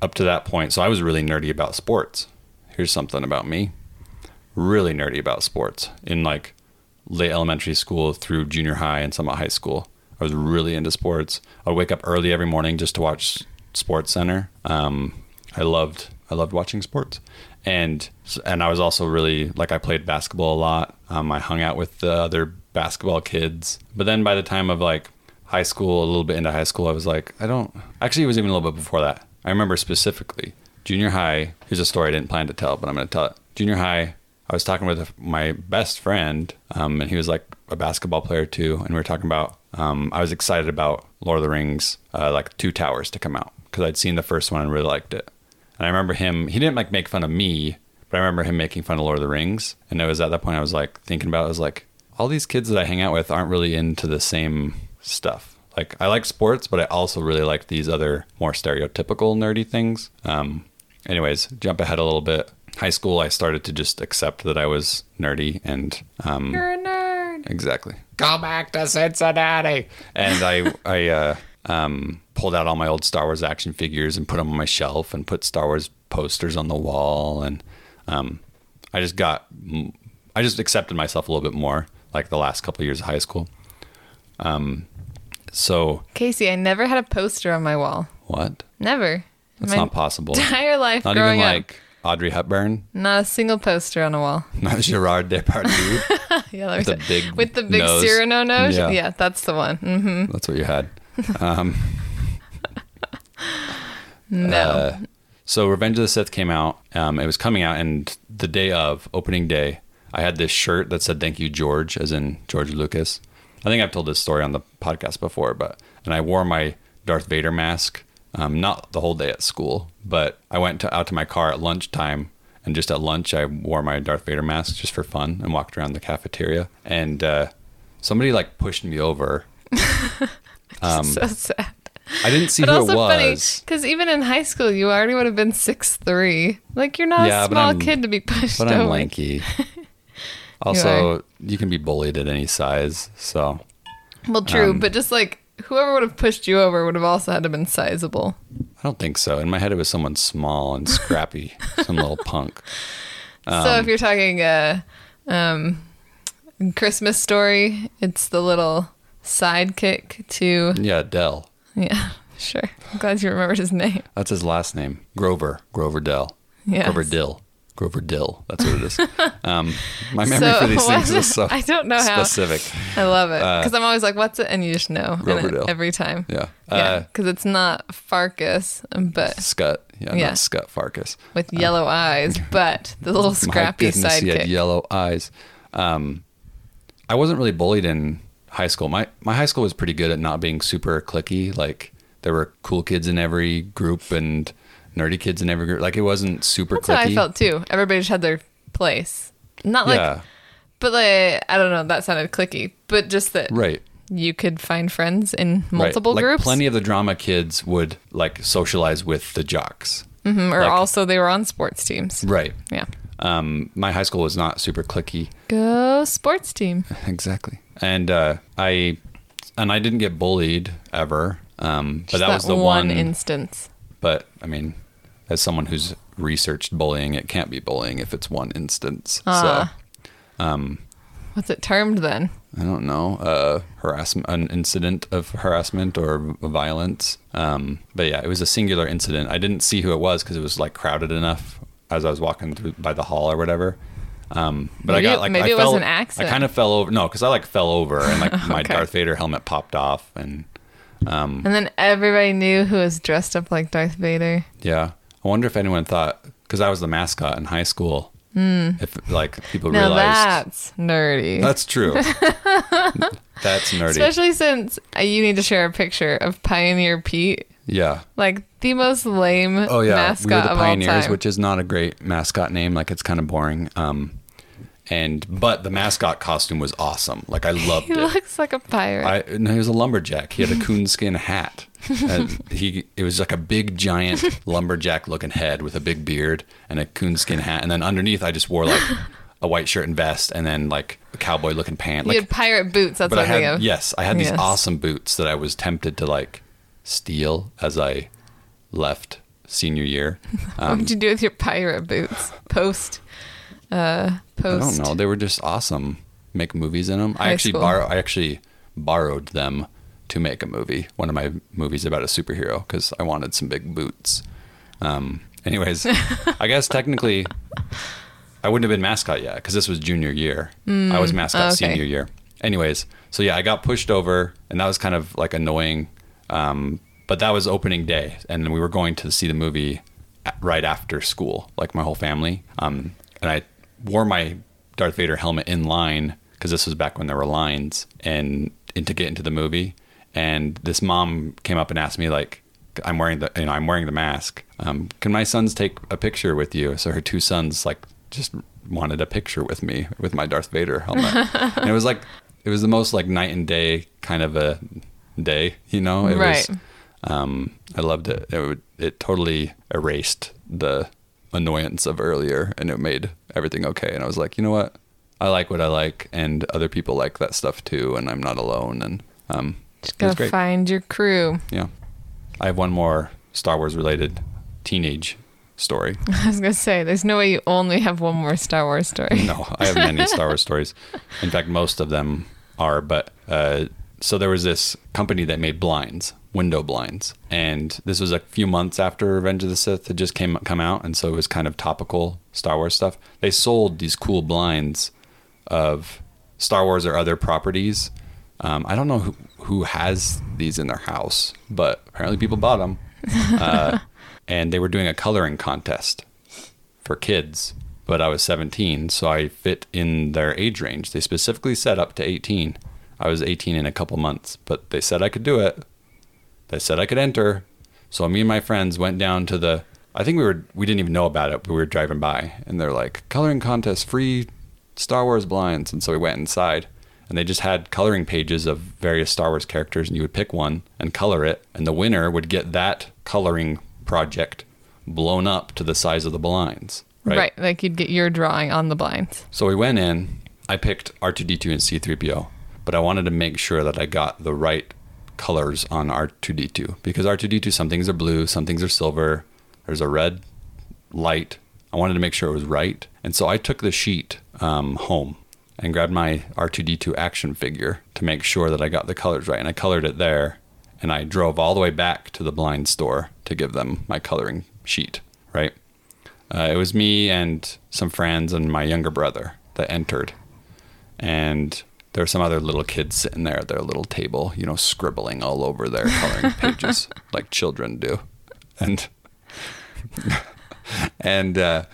S3: up to that point, so I was really nerdy about sports. Here's something about me. Really nerdy about sports in like late elementary school through junior high and some at high school. I was really into sports. I'd wake up early every morning just to watch Sports Center. Um, I loved I loved watching sports, and and I was also really like I played basketball a lot. Um, I hung out with the other basketball kids. But then by the time of like high school, a little bit into high school, I was like, I don't. Actually, it was even a little bit before that. I remember specifically junior high. Here's a story I didn't plan to tell, but I'm going to tell it. Junior high, I was talking with my best friend, um, and he was like a basketball player too. And we were talking about, um, I was excited about Lord of the Rings, uh, like Two Towers to come out because I'd seen the first one and really liked it. And I remember him, he didn't like make fun of me, but I remember him making fun of Lord of the Rings. And it was at that point I was like thinking about, it, I was like, all these kids that I hang out with aren't really into the same stuff. Like I like sports, but I also really like these other more stereotypical nerdy things. Um, anyways, jump ahead a little bit. High school, I started to just accept that I was nerdy and um,
S2: You're a nerd.
S3: exactly.
S4: Go back to Cincinnati.
S3: And I, I uh, um, pulled out all my old Star Wars action figures and put them on my shelf and put Star Wars posters on the wall. And um, I just got, I just accepted myself a little bit more like the last couple of years of high school. Um, so
S2: Casey, I never had a poster on my wall.
S3: what?
S2: Never.
S3: That's
S2: My
S3: not possible.
S2: entire life
S3: Not
S2: growing
S3: even
S2: up.
S3: like Audrey Hepburn,
S2: Not a single poster on a wall.
S3: not Gerard Depardieu.
S2: Yeah, there
S3: the
S2: was a-
S3: big
S2: with the big
S3: nose.
S2: Cyrano nose.
S3: Yeah.
S2: Yeah. that's the one. Mm,
S3: Um, That's what you had.
S2: No,
S3: uh, So Revenge of the Sith came out. Um, it was coming out, and the day of opening day, I had this shirt that said "Thank you, George," as in George Lucas. I think I've told this story on the podcast before, but and I wore my Darth Vader mask, um, not the whole day at school, but I went to, out to my car at lunchtime, and just at lunch, I wore my Darth Vader mask just for fun and walked around the cafeteria, and uh, somebody like pushed me over.
S2: so sad.
S3: I didn't see
S2: But
S3: Um, who
S2: also
S3: it
S2: funny
S3: was.
S2: because even in high school, you already would have been six three. Like you're not
S3: Yeah,
S2: a
S3: but
S2: small
S3: I'm-
S2: kid to be pushed
S3: But I'm
S2: over.
S3: lanky. also, you can be bullied at any size. So,
S2: Well, true,
S3: um,
S2: but just like whoever would have pushed you over would have also had to been sizable.
S3: I don't think so. In my head, it was someone small and scrappy, some little punk.
S2: so if you're talking uh, um, Christmas story, it's the little sidekick to
S3: Yeah, Dell.
S2: yeah, sure. I'm glad you remembered his name.
S3: That's his last name. Grover. Grover Dell.
S2: Yes.
S3: Grover Dill. Grover Dill. That's what it is. um, my memory
S2: So
S3: for these
S2: what-
S3: things is so
S2: I don't know how.
S3: specific.
S2: I love it because I'm always like, "What's it?" and you just know and
S3: Rubber
S2: it-
S3: Dale.
S2: every time.
S3: Uh, Yeah.
S2: Yeah,
S3: Uh,
S2: because it's not Farkas, but
S3: Scut. Yeah,
S2: Yeah.
S3: not Scut Farkas.
S2: with yellow eyes, but the little scrappy
S3: he had
S2: sidekick.
S3: yellow eyes. Um, I wasn't really bullied in high school. My my high school was pretty good at not being super clicky. Like there were cool kids in every group and nerdy kids in every group. Like it wasn't super
S2: That's
S3: clicky.
S2: how I felt too. Everybody just had their place. Not like,
S3: yeah,
S2: but like I don't know. That sounded clicky, but just that
S3: right.
S2: you could find friends in
S3: right.
S2: multiple
S3: like
S2: groups,
S3: Plenty of the drama kids would like socialize with the jocks.
S2: Mhm, or
S3: like-
S2: also they were on sports teams.
S3: Right.
S2: Yeah,
S3: Um, my high school was not super clicky.
S2: go sports team.
S3: Exactly. And uh, I and I didn't get bullied ever. Um, but
S2: Just
S3: that, was the one,
S2: instance.
S3: but I mean, as someone who's researched bullying, it can't be bullying if it's one instance.
S2: Ah.
S3: So
S2: What's it termed then?
S3: I don't know, uh, harassment, an incident of harassment or violence. Um, but yeah, it was a singular incident. I didn't see who it was because it was like crowded enough as I was walking through by the hall or whatever. Um, but
S2: Maybe
S3: I
S2: it-
S3: got like
S2: maybe
S3: I
S2: it was
S3: fell-
S2: an accident.
S3: I kind of fell over. No, because I like fell over and like my
S2: Okay.
S3: Darth Vader helmet popped off and
S2: And then everybody knew who was dressed up like Darth Vader.
S3: Yeah. I wonder if anyone thought because I was the mascot in high school. If like people
S2: Hmm. Now
S3: realized
S2: that's nerdy.
S3: that's true. that's nerdy.
S2: Especially since uh, you need to share a picture of Pioneer Pete,
S3: yeah.
S2: like the most lame
S3: Oh yeah.
S2: mascot
S3: we were the
S2: of all
S3: pioneers,
S2: time.
S3: which is not a great mascot name. Like it's kind of boring. Um, and but the mascot costume was awesome. Like I loved
S2: he
S3: it.
S2: looks like a pirate.
S3: I no, he was a lumberjack. He had a coonskin hat. And he it was like a big giant lumberjack looking head with a big beard and a coonskin hat. And then underneath I just wore like a white shirt and vest and then like a cowboy looking pant.
S2: you had
S3: Like
S2: pirate boots. That's what
S3: but I
S2: I think
S3: had
S2: of.
S3: yes, I had these
S2: Yes.
S3: awesome boots that I was tempted to like steal as I left senior year. um,
S2: what did you do with your pirate boots? Post, uh,
S3: I
S2: post.
S3: don't know. They were just awesome. Make movies in them. I
S2: High
S3: actually
S2: school.
S3: borrow. I actually borrowed them to make a movie. One of my movies about a superhero because I wanted some big boots. Um. Anyways, I guess technically, I wouldn't have been mascot yet because this was junior year. I was mascot
S2: Mm, oh, okay.
S3: senior year. Anyways, so yeah, I got pushed over, and that was kind of like annoying. Um, but that was opening day, and we were going to see the movie a- right after school, like my whole family. Um, and I wore my Darth Vader helmet in line because this was back when there were lines, and, and to get into the movie. And this mom came up and asked me like, I'm wearing the you know I'm wearing the mask. Um, can my sons take a picture with you? So her two sons like just wanted a picture with me with my Darth Vader helmet. and it was like it was the most like night and day kind of a day, you know. It
S2: Right.
S3: was um, I loved it. It would, it totally erased the annoyance of earlier, and it made everything okay. And I was like, you know what, I like what I like, and other people like that stuff too, and I'm not alone. And um,
S2: Just
S3: it was
S2: gotta
S3: great.
S2: find your crew.
S3: yeah, I have one more Star Wars related teenage story.
S2: I was gonna say, there's no way you only have one more Star Wars story.
S3: No, I have many Star Wars stories. In fact, most of them are. But uh, so there was this company that made blinds, window blinds, and this was a few months after Revenge of the Sith had just came come out, and so it was kind of topical Star Wars stuff. They sold these cool blinds of Star Wars or other properties. Um, I don't know who who has these in their house, but apparently people bought them. Uh, and they were doing a coloring contest for kids. But I was 17, so I fit in their age range. They specifically said up to 18. I was 18 in a couple months, but they said I could do it. They said I could enter. So me and my friends went down to the. I think we were we didn't even know about it, but we were driving by, and they're like coloring contest, free Star Wars blinds, and so we went inside, and they just had coloring pages of various Star Wars characters, and you would pick one and color it, and the winner would get that coloring project blown up to the size of the blinds.
S2: Right. Like you'd get your drawing on the blinds.
S3: So we went in. I picked R2D2 and C3PO, but I wanted to make sure that I got the right colors on R2D2 because R2D2 some things are blue, some things are silver, there's a red light. I wanted to make sure it was right. And so I took the sheet um, home and grabbed my R2D2 action figure to make sure that I got the colors right. And I colored it there. And I drove all the way back to the blind store to give them my coloring sheet, right? Uh, it was me and some friends and my younger brother that entered. And there were some other little kids sitting there at their little table, you know, scribbling all over their coloring pages like children do. And and uh,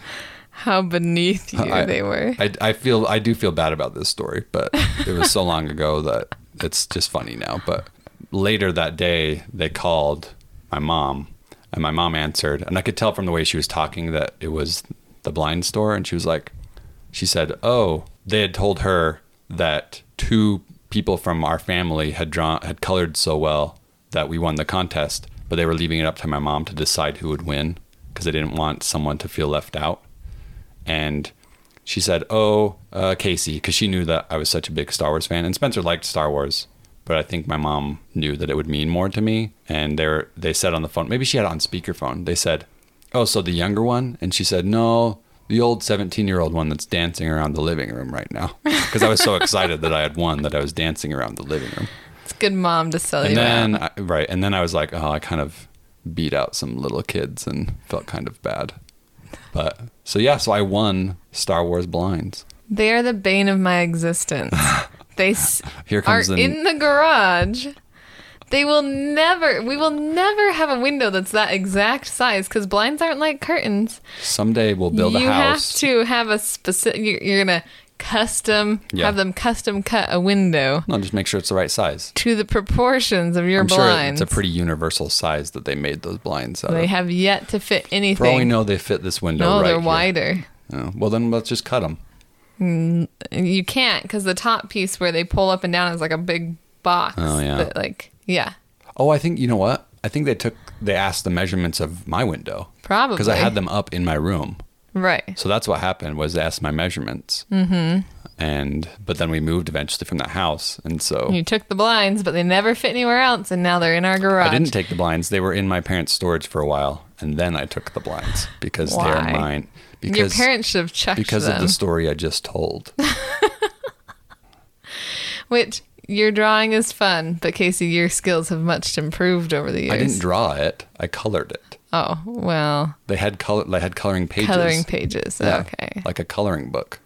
S2: How beneath you
S3: I-
S2: they were.
S3: I, I feel I do feel bad about this story, but it was so long ago that it's just funny now. But later that day, they called my mom, and my mom answered, and I could tell from the way she was talking that it was the blind store, and she was like, she said, "Oh, they had told her that two people from our family had drawn had colored so well that we won the contest, but they were leaving it up to my mom to decide who would win because they didn't want someone to feel left out." and she said, "Oh, uh, Casey," because she knew that I was such a big Star Wars fan, and Spencer liked Star Wars, but I think my mom knew that it would mean more to me. And they were, they said on the phone, maybe she had it on speakerphone. They said, "Oh, so the younger one?" And she said, "No, the old seventeen-year-old one that's dancing around the living room right now," because I was so excited that I had won that I was dancing around the living room.
S2: It's good mom to sell
S3: And
S2: you out.
S3: then, I, right, and then I was like, "Oh, I kind of beat out some little kids and felt kind of bad." But so yeah, so I won Star Wars blinds.
S2: They are the bane of my existence. They s-
S3: Here
S2: are
S3: comes the
S2: in the garage. They will never, we will never have a window that's that exact size because blinds aren't like curtains.
S3: someday we'll build
S2: you
S3: a
S2: have
S3: house.
S2: to have a specific, you're, you're going to custom,
S3: Yeah.
S2: have them custom cut a window
S3: No, just make sure it's the right size.
S2: to the proportions of your
S3: I'm
S2: blinds.
S3: sure it's a pretty universal size that they made those blinds out
S2: they
S3: of.
S2: have yet to fit
S3: For all we
S2: anything.
S3: know, they fit this window
S2: no,
S3: right.
S2: they're
S3: here.
S2: wider.
S3: Yeah. Well, then let's just cut them.
S2: You can't because the top piece where they pull up and down is like a big box.
S3: Oh, yeah.
S2: that, like, yeah.
S3: Oh, I think you know what? I think they took they asked the measurements of my window
S2: Probably.
S3: because I had them up in my room.
S2: Right.
S3: So that's what happened was they asked my measurements. Mm-hmm. And but then we moved eventually from that house, and so
S2: You took the blinds, but they never fit anywhere else, and now they're in our garage.
S3: I didn't take the blinds. They were in my parents' storage for a while, and then I took the blinds because
S2: Why?
S3: they're mine. Because
S2: Your parents should have checked
S3: because
S2: them.
S3: of the story I just told.
S2: Which your drawing is fun, but Casey, your skills have much improved over the years.
S3: I didn't draw it. I colored it.
S2: oh well,
S3: They had color. They had coloring pages.
S2: coloring pages.
S3: Yeah,
S2: Okay.
S3: Like a coloring book.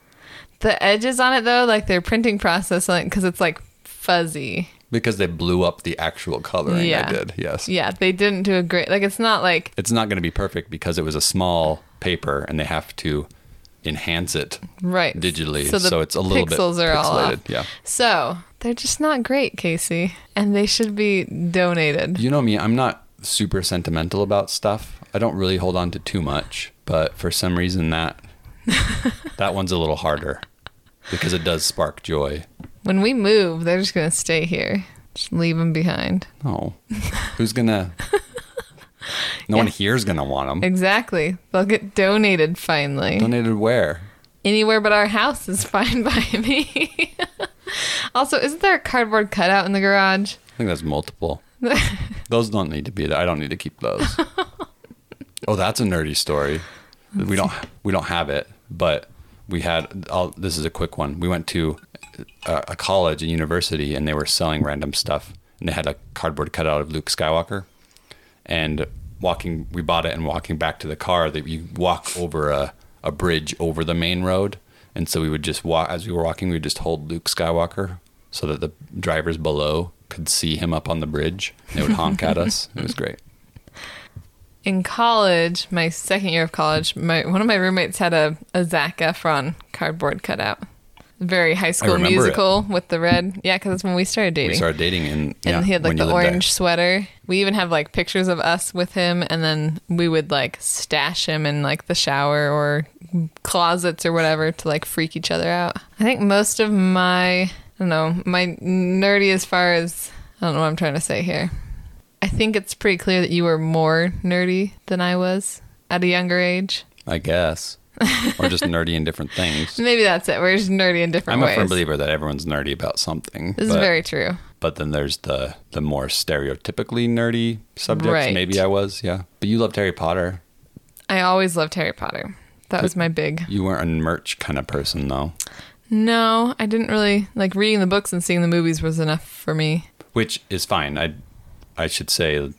S2: The edges on it though, like their printing process, because it's like fuzzy.
S3: Because they blew up the actual coloring
S2: Yeah.
S3: I did. Yes.
S2: Yeah, they didn't do a great. Like it's not like
S3: It's not going to be perfect because it was a small paper and they have to enhance it
S2: right
S3: digitally. So,
S2: the
S3: it's a little
S2: pixels
S3: bit
S2: are
S3: pixelated.
S2: all off.
S3: Yeah.
S2: So they're just not great, Casey, and they should be donated.
S3: You know me, I'm not super sentimental about stuff. I don't really hold on to too much, but for some reason that that one's a little harder because it does spark joy.
S2: When we move, they're just gonna stay here. Just leave them behind.
S3: Oh, who's gonna? No one here's gonna want them.
S2: Exactly. They'll get donated finally.
S3: Donated where?
S2: Anywhere but our house is fine by me. also, isn't there a cardboard cutout in the garage?
S3: I think that's multiple. Those don't need to be there. I don't need to keep those. Oh, that's a nerdy story. We don't we don't have it, but we had. I'll, this is a quick one. We went to a, a college, a university, and they were selling random stuff, and they had a cardboard cutout of Luke Skywalker. And walking, we bought it, and walking back to the car, that you walk over a a bridge over the main road, and so we would just walk as we were walking. We would just hold Luke Skywalker so that the drivers below could see him up on the bridge. and They would honk at us. It was great.
S2: in college, my second year of college, my one of my roommates had a, a Zac Efron cardboard cutout. Very high school
S3: remember it.
S2: musical with the red. Yeah, because that's when we started dating.
S3: We started dating and,
S2: and
S3: yeah,
S2: he had like
S3: when you
S2: the
S3: lived there.
S2: orange sweater. We even have like pictures of us with him, and then we would like stash him in like the shower or closets or whatever to like freak each other out. I think most of my, I don't know, my nerdy as far as, I don't know what I'm trying to say here. I think it's pretty clear that you were more nerdy than I was at a younger age.
S3: I guess. or just nerdy in different things.
S2: Maybe that's it. We're just nerdy in different
S3: I'm a
S2: ways.
S3: firm believer that everyone's nerdy about something.
S2: this is
S3: but,
S2: very true.
S3: but then there's the the more stereotypically nerdy subjects.
S2: Right.
S3: Maybe I was, yeah. But you loved Harry Potter.
S2: I always loved Harry Potter. That was my big
S3: You weren't a merch kind of person though.
S2: No, I didn't really like reading the books and seeing the movies was enough for me.
S3: which is fine. I I should say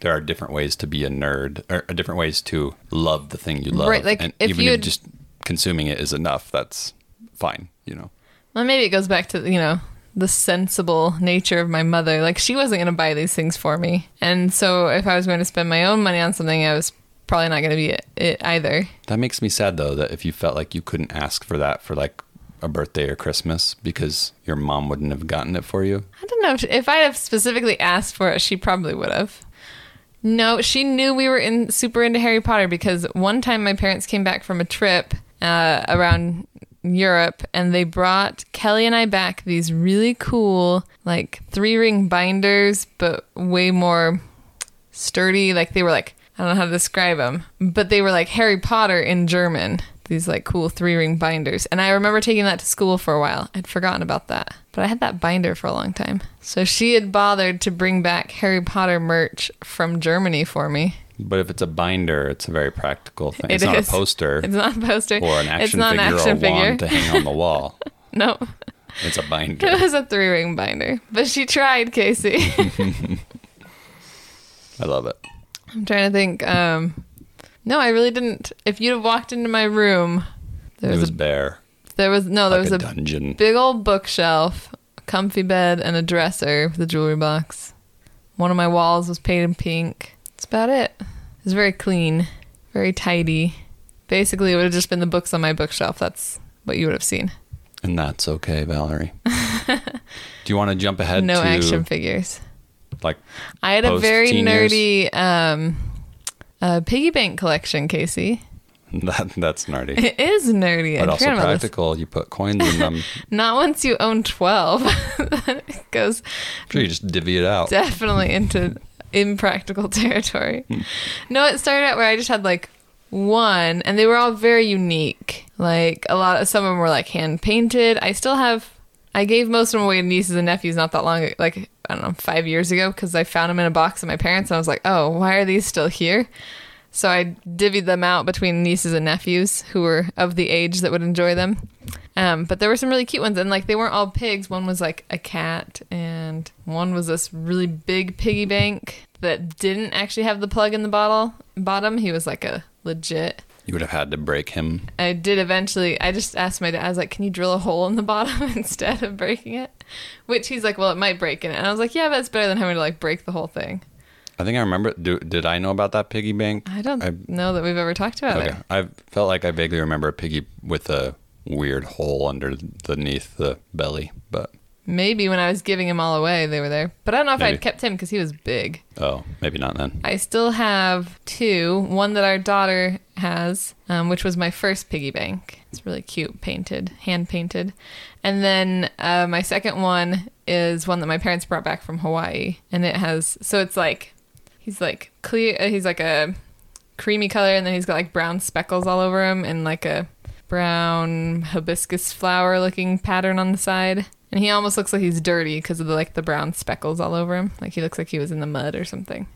S3: there are different ways to be a nerd, or uh, different ways to love the thing you love.
S2: Right, like,
S3: and
S2: if
S3: even
S2: you
S3: if
S2: had-
S3: just consuming it is enough, that's fine. You know,
S2: Well, maybe it goes back to, you know, the sensible nature of my mother. Like she wasn't going to buy these things for me. And so if I was going to spend my own money on something, I was probably not going to be it, it either.
S3: that makes me sad though. That if you felt like you couldn't ask for that for like a birthday or Christmas because your mom wouldn't have gotten it for you.
S2: I don't know if, if I have specifically asked for it, she probably would have. No, she knew we were in super into Harry Potter because one time my parents came back from a trip uh, around Europe and they brought Kelly and I back these really cool like three ring binders, but way more sturdy. Like they were like I don't know how to describe them, but they were like Harry Potter in German. These like cool three ring binders, and I remember taking that to school for a while. I'd forgotten about that, but I had that binder for a long time. So she had bothered to bring back Harry Potter merch from Germany for me.
S3: But if it's a binder, it's a very practical thing.
S2: It
S3: it's not
S2: is.
S3: a poster
S2: It's not a poster
S3: or an
S2: it's
S3: action
S2: not
S3: figure
S2: an action
S3: or a
S2: figure.
S3: wand to hang on the wall.
S2: No,
S3: It's a binder.
S2: it was a three ring binder, but she tried, Casey.
S3: I love it.
S2: I'm trying to think. Um, no, I really didn't. If you'd have walked into my room, there
S3: It
S2: was,
S3: was
S2: a,
S3: bare,
S2: there was no, there
S3: like
S2: was
S3: a,
S2: a
S3: dungeon.
S2: big old bookshelf, a comfy bed, and a dresser with a jewelry box. One of my walls was painted pink. That's about it. It was very clean, very tidy. Basically, it would have just been the books on my bookshelf. That's what you would have seen.
S3: And that's okay, Valerie. Do you want to jump ahead
S2: No
S3: to
S2: action figures.
S3: like
S2: I had a
S3: Post
S2: very
S3: teen years.
S2: nerdy um, uh, piggy bank collection, Casey.
S3: that that's nerdy.
S2: It is nerdy.
S3: But
S2: I
S3: also
S2: forgot about this.
S3: practical. You put coins in them.
S2: Not once you own 12. it goes
S3: sure, you just divvy it out.
S2: definitely into impractical territory. no, it started out where I just had like one, and they were all very unique. Like a lot, some of them were like hand painted. I still have. I gave most of them away to nieces and nephews not that long, like I don't know, five years ago, because I found them in a box at my parents, and I was like, oh, why are these still here? So I divvied them out between nieces and nephews who were of the age that would enjoy them. Um, but there were some really cute ones, and like they weren't all pigs. One was like a cat, and one was this really big piggy bank that didn't actually have the plug in the bottle bottom. He was like a legit.
S3: You would have had to break him.
S2: I did eventually. I just asked my dad. I was like, "Can you drill a hole in the bottom instead of breaking it?" Which he's like, "Well, it might break in it." And I was like, "Yeah, but it's better than having to like break the whole thing."
S3: I think I remember. Do, did I know about that piggy bank?
S2: I don't
S3: I-
S2: know that we've ever talked about
S3: Okay.
S2: it.
S3: I felt like I vaguely remember a piggy with a weird hole underneath the belly, but
S2: Maybe when I was giving him all away, they were there. But I don't know if
S3: Maybe.
S2: I'd kept him because he was big.
S3: oh, maybe not then.
S2: I still have two. One that our daughter has, um, which was my first piggy bank. It's really cute, painted, hand painted. And then uh, my second one is one that my parents brought back from Hawaii, and it has so it's like he's like clear. uh, He's like a creamy color, and then he's got like brown speckles all over him, and like a brown hibiscus flower looking pattern on the side. And he almost looks like he's dirty because of the like the brown speckles all over him. Like he looks like he was in the mud or something.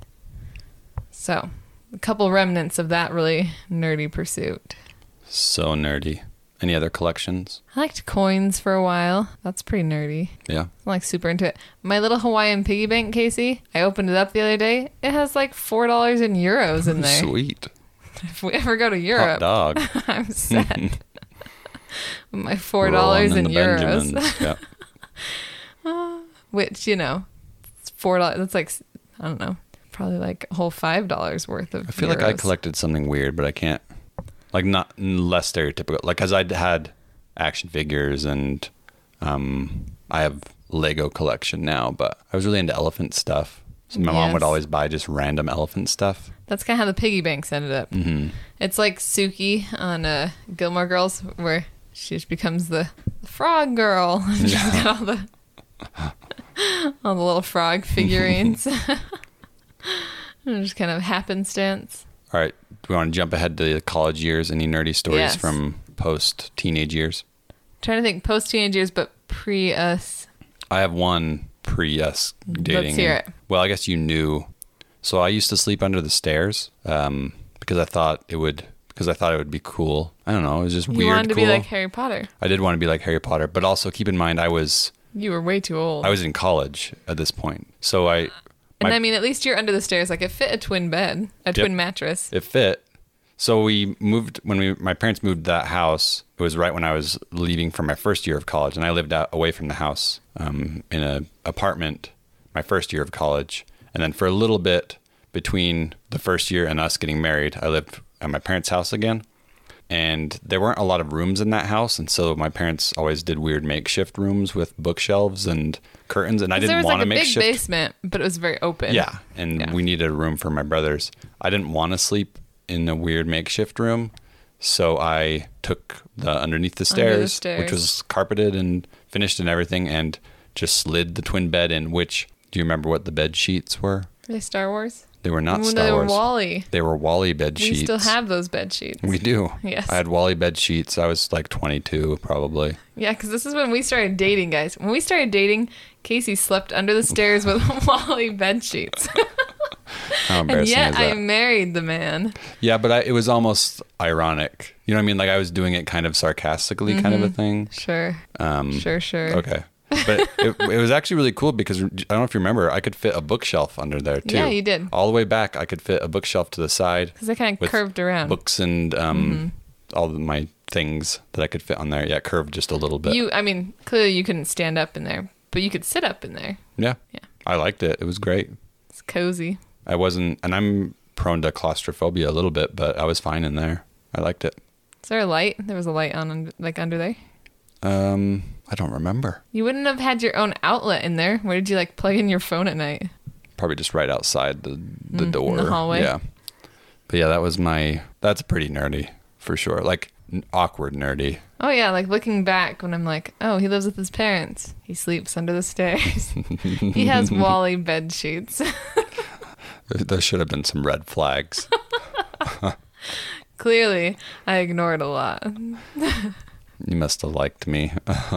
S2: So, a couple remnants of that really nerdy pursuit.
S3: So nerdy. Any other collections?
S2: I liked coins for a while. That's pretty nerdy.
S3: Yeah.
S2: I'm like super into it. My little Hawaiian piggy bank, Casey, I opened it up the other day. It has like $4 in euros in there.
S3: Sweet.
S2: If we ever go to
S3: Hot
S2: Europe,
S3: dog.
S2: I'm set. My $4
S3: Rolling
S2: in
S3: the
S2: euros,
S3: Benjamins. yeah.
S2: which, you know, it's $4. That's like, I don't know, probably like a whole five dollars worth of.
S3: I feel like I
S2: euros.
S3: collected something weird, but I can't. Like not n- less stereotypical. Like because I'd had action figures and um, I have Lego collection now, but I was really into elephant stuff. So my mom
S2: Yes.
S3: would always buy just random elephant stuff.
S2: That's kind of how the piggy banks ended up.
S3: Mm-hmm.
S2: It's like Suki on uh, Gilmore Girls, where she just becomes the, the frog girl. She's got all the all the little frog figurines. And just kind of happenstance.
S3: All right, do we want to jump ahead to the college years? Any nerdy stories
S2: Yes.
S3: from post teenage years?
S2: trying to think post teenage years, but pre us.
S3: I have one pre us dating.
S2: Let's hear it.
S3: Well, I guess you knew. So I used to sleep under the stairs um, because I thought it would because I thought it would be cool. I don't know. It was just
S2: You
S3: weird.
S2: wanted to
S3: cool.
S2: be like Harry Potter.
S3: I did want to be like Harry Potter, but also keep in mind I was
S2: You were way too old.
S3: I was in college at this point, so I
S2: and
S3: my-
S2: I mean, at least you're under the stairs. Like it fit a twin bed, a twin mattress.
S3: it fit. So we moved when we my parents moved to that house. It was right when I was leaving for my first year of college, and I lived out away from the house um, in an apartment my first year of college, and then for a little bit between the first year and us getting married, I lived at my parents' house again. And there weren't a lot of rooms in that house, and so my parents always did weird makeshift rooms with bookshelves and curtains, and I
S2: 'Cause there was
S3: didn't want
S2: like a
S3: to
S2: big
S3: makeshift.
S2: basement, but it was very open.
S3: Yeah, and we needed a room for my brothers. I didn't want to sleep in a weird makeshift room, so I took the underneath the stairs,
S2: Under the
S3: which
S2: stairs.
S3: was carpeted and finished and everything, and just slid the twin bed in. Which do you remember what the bed sheets were?
S2: Are they Star Wars?
S3: They were not
S2: Well,
S3: Star
S2: they were
S3: Wars.
S2: Wally.
S3: they were Wally bed
S2: We
S3: sheets.
S2: still have those bed sheets.
S3: We do.
S2: Yes.
S3: I had Wally bed sheets. I was like 22, probably.
S2: Yeah, because this is when we started dating, guys. When we started dating, Casey slept under the stairs with Wally bed sheets,
S3: How
S2: and
S3: embarrassing
S2: yet
S3: is that?
S2: I married the man.
S3: Yeah, but I, it was almost ironic. You know what I mean? Like I was doing it kind of sarcastically, kind of
S2: Mm-hmm.
S3: a thing. Um,
S2: Sure. sure. Sure.
S3: Okay. But it, it was actually really cool because I don't know if you remember, I could fit a bookshelf under there too.
S2: Yeah, you did.
S3: All the way back, I could fit a bookshelf to the side.
S2: 'Cause they kinda
S3: with
S2: curved around.
S3: Books and um,
S2: Mm-hmm.
S3: all of my things that I could fit on there. Yeah, curved just a little bit.
S2: You. I mean, clearly you couldn't stand up in there, but you could sit up in there.
S3: yeah.
S2: Yeah.
S3: I liked it. It was great.
S2: It's cozy.
S3: I wasn't, and I'm prone to claustrophobia a little bit, but I was fine in there. I liked it.
S2: Is there a light? There was a light on, und- like under there.
S3: Um, I don't remember.
S2: You wouldn't have had your own outlet in there. Where did you like plug in your phone at night?
S3: Probably just right outside the, the door.
S2: Mm, in the hallway.
S3: Yeah. But yeah, that was my, that's pretty nerdy for sure. Like n- awkward nerdy.
S2: Oh yeah, like looking back when I'm like, oh, he lives with his parents. He sleeps under the stairs. he has Wally bed sheets.
S3: There there should have been some red flags.
S2: Clearly, I ignored a lot.
S3: you must have liked me.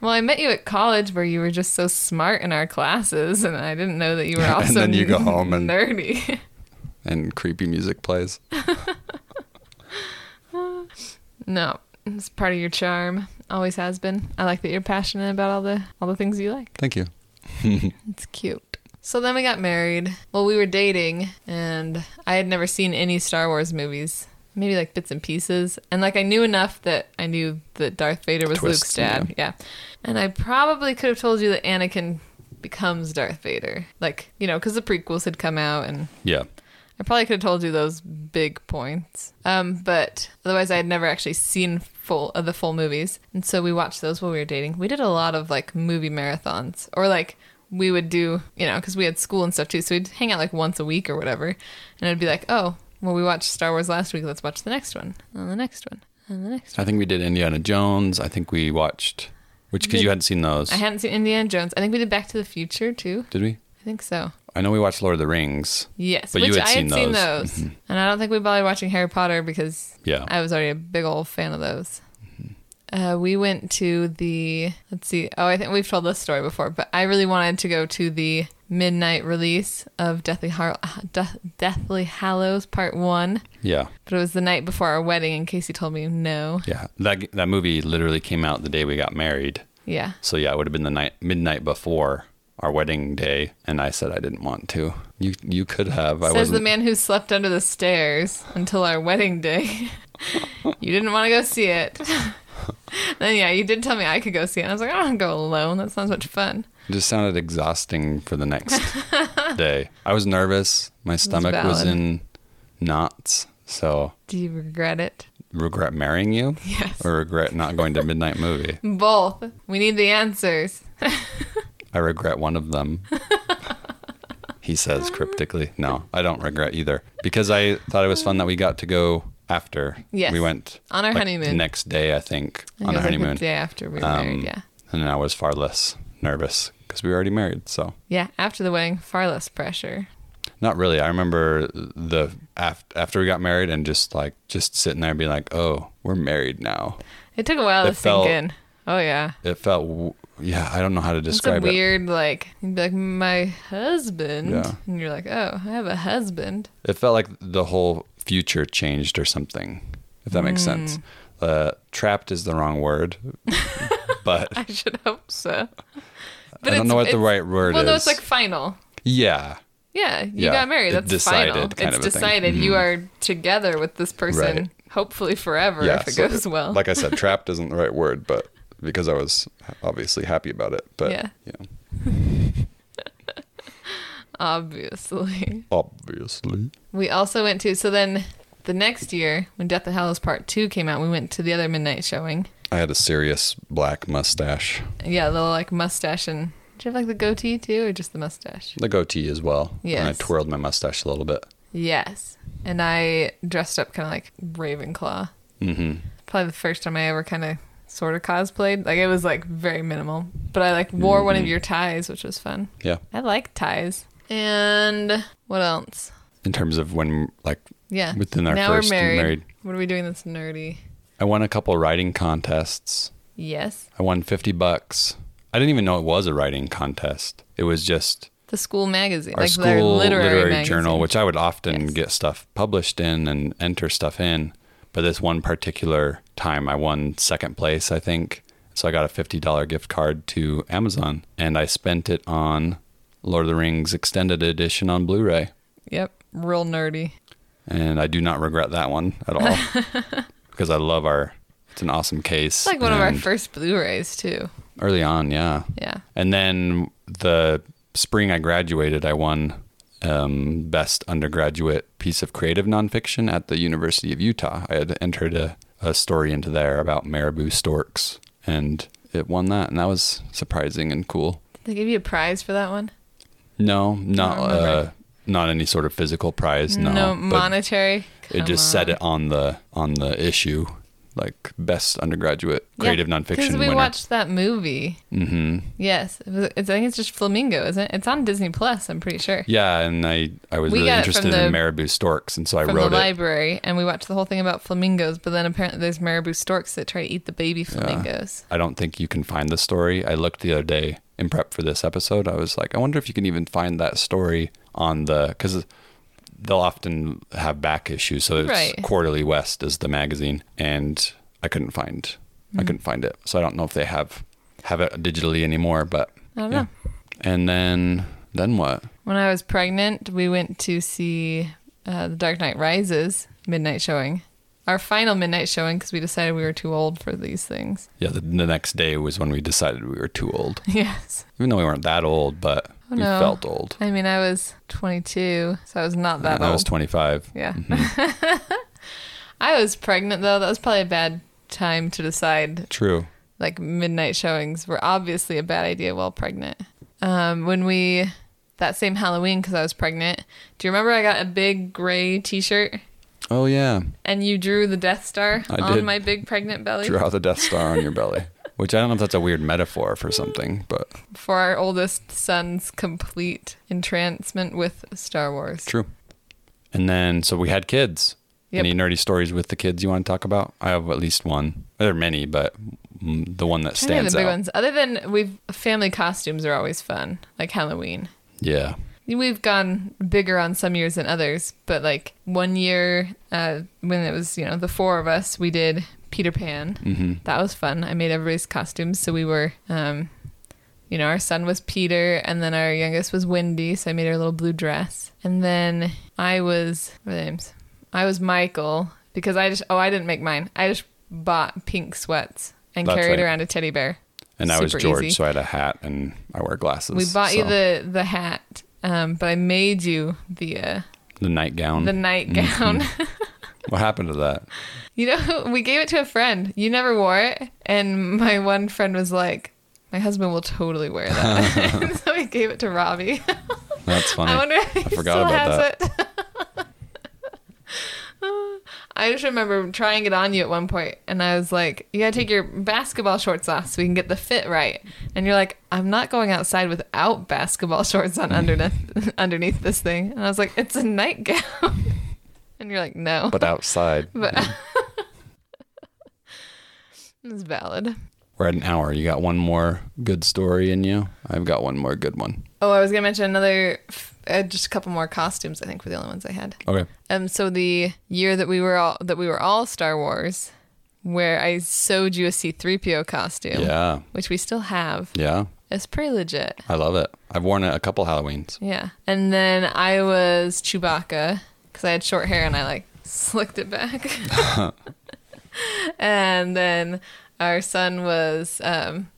S2: Well, I met you at college where you were just so smart in our classes, and I didn't know that you were also
S3: then you go home and-
S2: nerdy.
S3: and creepy music plays.
S2: no, it's part of your charm. Always has been. I like that you're passionate about all the all the things you like.
S3: Thank you.
S2: It's cute. So then we got married. Well, we were dating, and I had never seen any Star Wars movies. Maybe like bits and pieces. And like I knew enough that I knew that Darth Vader was
S3: Twist,
S2: Luke's dad. Yeah. And I probably could have told you that Anakin becomes Darth Vader. Like, you know, because the prequels had come out and
S3: Yeah.
S2: I probably could have told you those big points. Um, but otherwise, I had never actually seen full of the full movies, and so we watched those while we were dating. We did a lot of like movie marathons, or like we would do, you know, because we had school and stuff too, so we'd hang out like once a week or whatever, and it'd be like, oh, well, we watched Star Wars last week, let's watch the next one, and the next one, and the next. one.
S3: I think we did Indiana Jones. I think we watched, which because you hadn't seen those,
S2: I hadn't seen Indiana Jones. I think we did Back to the Future too.
S3: did we?
S2: I think so.
S3: I know we watched Lord of the Rings.
S2: Yes,
S3: But you
S2: which
S3: had
S2: I had
S3: seen
S2: seen
S3: those. Mm-hmm.
S2: those, and I don't think we bothered watching Harry Potter because
S3: Yeah. Mm-hmm.
S2: I was already a big old fan of those. Uh, we went to the let's see, oh, I think we've told this story before, but I really wanted to go to the midnight release of Deathly Har- Death- Deathly Hallows Part One,
S3: Yeah.
S2: but it was the night before our wedding, and Casey told me no.
S3: Yeah. That that movie literally came out the day we got married.
S2: Yeah,
S3: So yeah, it would have been the night midnight before our wedding day, and I said I didn't want to. You you could have. I
S2: says
S3: wasn't.
S2: the man who slept under the stairs until our wedding day. you didn't want to go see it. then yeah, you did tell me I could go see it. And I was like, I don't want to go alone. That sounds much fun.
S3: It just sounded exhausting for the next day. I was nervous. My stomach was
S2: valid.
S3: in knots. So
S2: Do you regret it?
S3: regret marrying you?
S2: Yes.
S3: Or regret not going to midnight movie?
S2: Both. We need the answers.
S3: I regret one of them. he says cryptically. No, I don't regret either because I thought it was fun that we got to go after.
S2: Yes.
S3: We went
S2: On our
S3: like,
S2: honeymoon.
S3: The next day, I think,
S2: It was,
S3: on our
S2: like, the
S3: honeymoon. Um,
S2: day after we were married, yeah.
S3: And I was far less nervous because we were already married. So,
S2: Yeah, after the wedding, far less pressure.
S3: not really. I remember the af- after we got married and just like just sitting there and being like, oh, we're married now.
S2: It took a while
S3: It
S2: to
S3: felt-
S2: sink in. Oh yeah.
S3: It felt, w- yeah, I don't know how to
S2: It's a
S3: describe it.
S2: weird like you'd be like my husband
S3: Yeah.
S2: and you're like, "Oh, I have a husband."
S3: It felt like the whole future changed or something, if that makes
S2: Mm.
S3: sense. Uh, trapped is the wrong word, but
S2: I should hope so. But
S3: I
S2: it's-
S3: don't know what the
S2: it's-
S3: right word
S2: Well,
S3: is.
S2: no, it's like final.
S3: yeah,
S2: Yeah, you
S3: Yeah,
S2: got married.
S3: it
S2: That's
S3: decided
S2: final.
S3: kind
S2: it's
S3: of a thing. Hmm.
S2: decided. You are together with this person,
S3: Right.
S2: hopefully forever
S3: yeah.
S2: if it
S3: so,
S2: goes well.
S3: Like I said, trapped isn't the right word, but because I was obviously happy about it, but
S2: Yeah.
S3: yeah, yeah
S2: Obviously.
S3: obviously.
S2: We also went to so then the next year when Death of Hallows Part Two came out, we went to the other midnight showing.
S3: I had a serious black mustache,
S2: Yeah, the little like mustache and did you have like the goatee too, or just the mustache?
S3: the goatee as well. And I
S2: Yes.
S3: twirled my mustache a little bit.
S2: Yes, and I dressed up kind of like Ravenclaw. Mm-hmm. Probably the first time I ever kind of sort of cosplayed. Like it was like very minimal, but I like wore
S3: Mm-hmm.
S2: one of your ties, which was fun.
S3: Yeah.
S2: I like ties. And what else?
S3: In terms of when, like,
S2: Yeah.
S3: Within our
S2: now
S3: first
S2: we're married.
S3: married-
S2: What are we doing that's nerdy?
S3: I won a couple writing contests.
S2: Yes.
S3: I won 50 bucks. I didn't even know it was a writing contest. It was just
S2: The school magazine.
S3: our
S2: like
S3: school
S2: their
S3: literary,
S2: literary, magazine.
S3: journal, which I would often
S2: Yes.
S3: get stuff published in and enter stuff in. But this one particular time, I won second place, I think. So I got a $50 gift card to Amazon and I spent it on Lord of the Rings Extended Edition on Blu ray.
S2: Yep. Real nerdy.
S3: And I do not regret that one at all because I love our, it's an awesome case.
S2: It's like one of our
S3: and
S2: first Blu-rays too.
S3: Early on, yeah.
S2: Yeah.
S3: And then the spring I graduated, I won um, best undergraduate piece of creative nonfiction at the University of Utah. I had entered a, a story into there about marabou storks, and it won that, and that was surprising and cool.
S2: Did they give you a prize for that one?
S3: No, not
S2: I remember.
S3: uh, not any sort of physical prize. No, but
S2: monetary.
S3: It just
S2: Come
S3: said it on the on the issue, like best undergraduate
S2: on. Yeah,
S3: creative nonfiction
S2: we
S3: winner.
S2: watched that movie. Mm-hmm. Yes, it was, it's, I think it's just Flamingo, isn't it? It's on Disney Plus. I'm pretty sure.
S3: yeah, and I I was
S2: We
S3: really
S2: got it from
S3: interested
S2: the-
S3: in marabou storks, and so I
S2: from
S3: wrote
S2: the
S3: it.
S2: library, and we watched the whole thing about flamingos. But then apparently there's marabou storks that try to eat the baby flamingos.
S3: I don't think you can find the story. I looked the other day in prep for this episode. I was like, I wonder if you can even find that story on the because they'll often have back issues. So it's
S2: Right.
S3: Quarterly West is the magazine, and I couldn't find
S2: Hmm.
S3: I couldn't find it. So I don't know if they have have it digitally anymore. But
S2: I don't know.
S3: And then then what?
S2: When I was pregnant, we went to see uh, The Dark Knight Rises midnight showing, our final midnight showing because we decided we were too old for these things.
S3: Yeah, the, the next day was when we decided we were too old.
S2: Yes.
S3: Even though we weren't that old, but we
S2: Oh, no.
S3: felt old.
S2: I mean, I was 22, so I was not that
S3: I
S2: old.
S3: was mm-hmm. 25.
S2: Yeah. I was pregnant though. That was probably a bad time to decide.
S3: True.
S2: Like midnight showings were obviously a bad idea while pregnant. Um, when we that same Halloween because I was pregnant. Do you remember I got a big gray T-shirt
S3: Oh yeah.
S2: and you drew the Death Star
S3: I
S2: on
S3: did.
S2: my big pregnant belly
S3: draw the Death Star on your belly. Which I don't know if that's a weird metaphor for something, but
S2: for our oldest son's complete entrancement with Star Wars.
S3: true. And then, so we had kids.
S2: Yep.
S3: Any nerdy stories with the kids you want to talk about? I have at least one. There are many, but mm, the one
S2: I
S3: that
S2: think
S3: stands
S2: the big
S3: out.
S2: ones. Other than we've family costumes are always fun, like Halloween.
S3: Yeah.
S2: We've gone bigger on some years than others, but like one year uh, when it was, you know, the four of us, we did Peter Pan. Mm-hmm. That was fun. I made everybody's costumes. So we were, um, you know, our son was Peter, and then our youngest was Wendy. So I made her a little blue dress. And then I was, what are the names? I was Michael because I just, oh, I didn't make mine. I just bought pink sweats and
S3: That's
S2: carried
S3: right.
S2: around a teddy bear.
S3: And I was
S2: Super
S3: George,
S2: easy.
S3: so I had a hat and I wear glasses.
S2: We bought you
S3: so-
S2: the the hat, um, but I made you the uh,
S3: the nightgown.
S2: the nightgown.
S3: what happened to that?
S2: You know, we gave it to a friend. You never wore it, and my one friend was like, "My husband will totally wear that," And so we gave it to Robbie.
S3: That's funny.
S2: I wonder if he
S3: forgot
S2: still
S3: about
S2: has it. I just remember trying it on you at one point, and I was like, "You gotta take your basketball shorts off so we can get the fit right." And you're like, "I'm not going outside without basketball shorts on underneath underneath this thing." And I was like, "It's a nightgown," and you're like, "No."
S3: but outside,
S2: But it's valid.
S3: we're at an hour. You got one more good story in you. I've got one more good one.
S2: Oh, I was gonna mention another, f- uh, just a couple more costumes. I think were the only ones I had.
S3: Okay.
S2: Um, so the year that we were all that we were all Star Wars, where I sewed you a C three PO costume,
S3: Yeah.
S2: which we still have.
S3: Yeah.
S2: It's pretty legit.
S3: I love it. I've worn it a couple Halloweens.
S2: Yeah, and then I was Chewbacca because I had short hair and I like slicked it back. and then our son was um,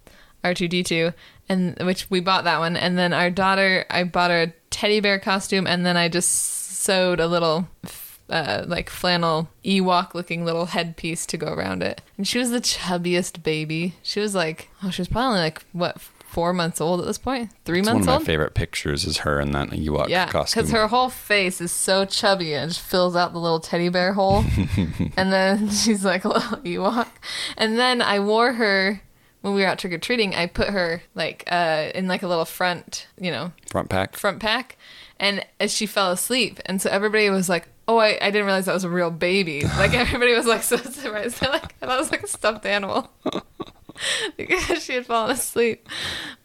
S2: R two D two, and which we bought that one. And then our daughter, I bought her a teddy bear costume, and then I just sewed a little. Uh, like flannel Ewok looking little headpiece to go around it. And she was the chubbiest baby. She was like, oh, she was probably like, what, four months old at this point? Three
S3: It's one
S2: months
S3: of my
S2: old?
S3: favorite pictures is her in that Ewok
S2: Yeah,
S3: costume.
S2: because her whole face is so chubby and it just fills out the little teddy bear hole. and then she's like a little Ewok. And then I wore her when we were out trick or treating. I put her like uh, in like a little front, you know,
S3: Front pack.
S2: front pack, and as she fell asleep, and so everybody was like. Oh, I, I didn't realize that was a real baby. Like everybody was like so surprised. They're like, I thought it was like a stuffed animal because she had fallen asleep.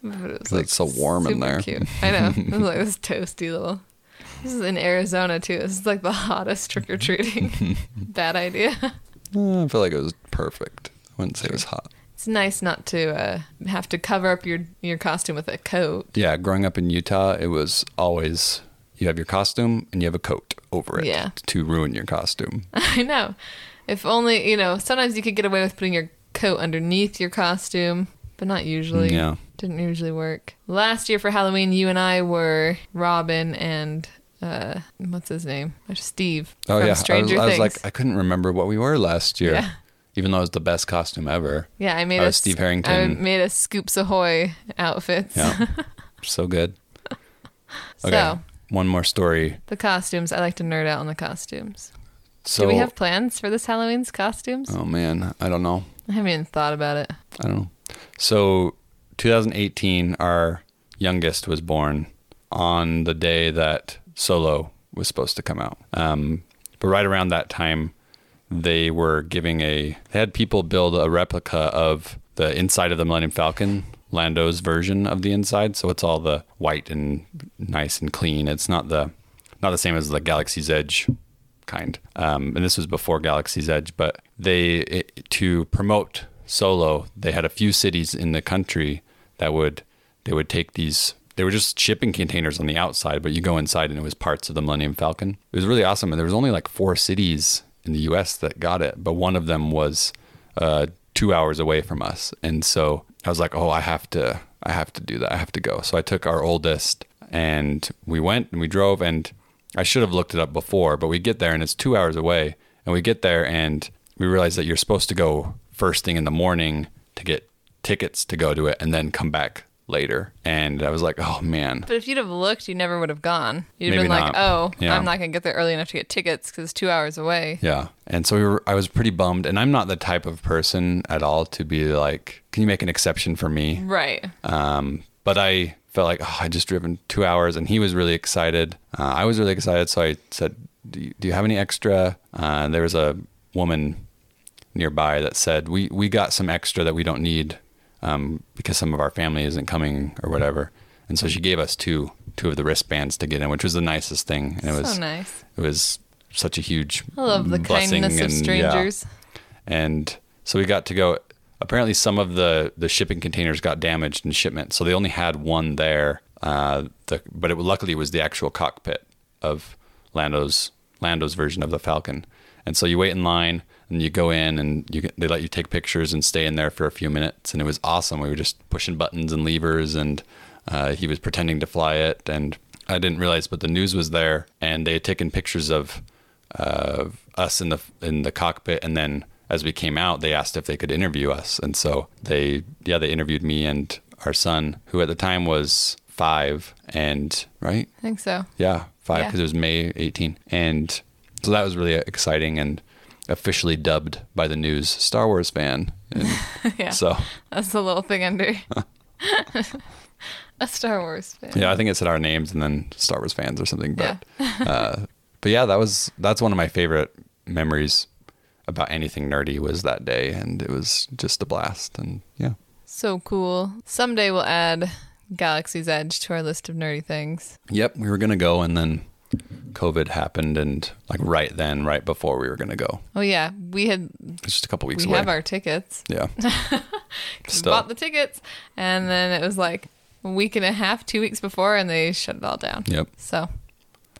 S2: But it was
S3: It's so warm in
S2: super
S3: there.
S2: Cute. I know. It was like this toasty little. This is in Arizona too. This is like the hottest trick or treating. Bad idea.
S3: Uh, I feel like it was perfect. I wouldn't say it was hot.
S2: It's nice not to uh, have to cover up your your costume with a coat.
S3: Yeah, growing up in Utah, it was always you have your costume and you have a coat over it
S2: Yeah.
S3: to ruin your costume.
S2: I know. If only you know. Sometimes you could get away with putting your coat underneath your costume, but not usually.
S3: Yeah.
S2: Didn't usually work. Last year for Halloween, you and I were Robin and uh, what's his name? Steve
S3: Oh
S2: from
S3: yeah,
S2: Stranger
S3: I, was,
S2: Things.
S3: I was like, I couldn't remember what we were last year,
S2: Yeah.
S3: even though it was the best costume ever.
S2: Yeah, I made
S3: Oh,
S2: a
S3: Steve
S2: sc-
S3: Harrington.
S2: I made a Scoops Ahoy outfits.
S3: Yeah, so good. Okay,
S2: So
S3: one more story.
S2: the costumes, I like to nerd out on the costumes.
S3: So,
S2: Do we have plans for this Halloween's costumes?
S3: oh man, I don't know.
S2: I haven't even thought about it.
S3: I don't know. So, 2018, our youngest was born on the day that Solo was supposed to come out. Um, but right around that time, they were giving a. They had people build a replica of the inside of the Millennium Falcon, Lando's version of the inside. So it's all the white and nice and clean. It's not the not the same as the Galaxy's Edge kind. Um, and this was before Galaxy's Edge, but they it, to promote Solo, they had a few cities in the country that would they would take these. They were just shipping containers on the outside, but you go inside and it was parts of the Millennium Falcon. It was really awesome, and there was only like four cities in the U.S. that got it, but one of them was uh, two hours away from us, and so I was like, "Oh, I have to, I have to do that. I have to go." So I took our oldest, and we went and we drove, and I should have looked it up before, but we get there and it's two hours away. And we get there and we realize that you're supposed to go first thing in the morning to get tickets to go to it and then come back later. And I was like, oh man.
S2: But if you'd have looked, you never would have gone. You'd have
S3: Maybe
S2: been like,
S3: not.
S2: oh,
S3: Yeah.
S2: I'm not going to get there early enough to get tickets because it's two hours away.
S3: Yeah. And so we were, I was pretty bummed. And I'm not the type of person at all to be like, can you make an exception for me?
S2: Right.
S3: Um, but I felt like oh, I just driven two hours, and he was really excited. Uh, I was really excited, so I said, "Do you, do you have any extra?" Uh, there was a woman nearby that said, "We we got some extra that we don't need um, because some of our family isn't coming or whatever." And so she gave us two two of the wristbands to get in, which was the nicest thing. And it was
S2: so nice.
S3: it was such a huge
S2: I love the
S3: blessing
S2: kindness of
S3: and- yeah
S2: strangers.
S3: and so we got to go apparently some of the the shipping containers got damaged in shipment so they only had one there uh, the, but it luckily it was the actual cockpit of lando's lando's version of the falcon And so you wait in line and you go in and you get, they let you take pictures and stay in there for a few minutes. And it was awesome. We were just pushing buttons and levers and uh, he was pretending to fly it. And I didn't realize, but the news was there and they had taken pictures of uh, us in the in the cockpit, and then as we came out, they asked if they could interview us, and so they yeah they interviewed me and our son, who at the time was five, and right
S2: I think so.
S3: yeah five
S2: Yeah.
S3: because it was May eighteen, and so that was really exciting and officially dubbed by the news Star Wars fan, and
S2: yeah.
S3: so
S2: That's the little thing under. a Star Wars fan.
S3: yeah I think it said our names and then Star Wars fans or something, but. uh, but yeah, that was that's one of my favorite memories about anything nerdy was that day, and it was just a blast. And yeah,
S2: So cool. Someday we'll add Galaxy's Edge to our list of nerdy things.
S3: yep, we were gonna go, and then COVID happened, and like right then, right before we were gonna go,
S2: Oh yeah, we had
S3: it's just a couple
S2: we
S3: weeks away.
S2: have our tickets.
S3: yeah, uh,
S2: We
S3: Still.
S2: bought the tickets, and then it was like a week and a half, two weeks before, and they shut it all down.
S3: yep,
S2: So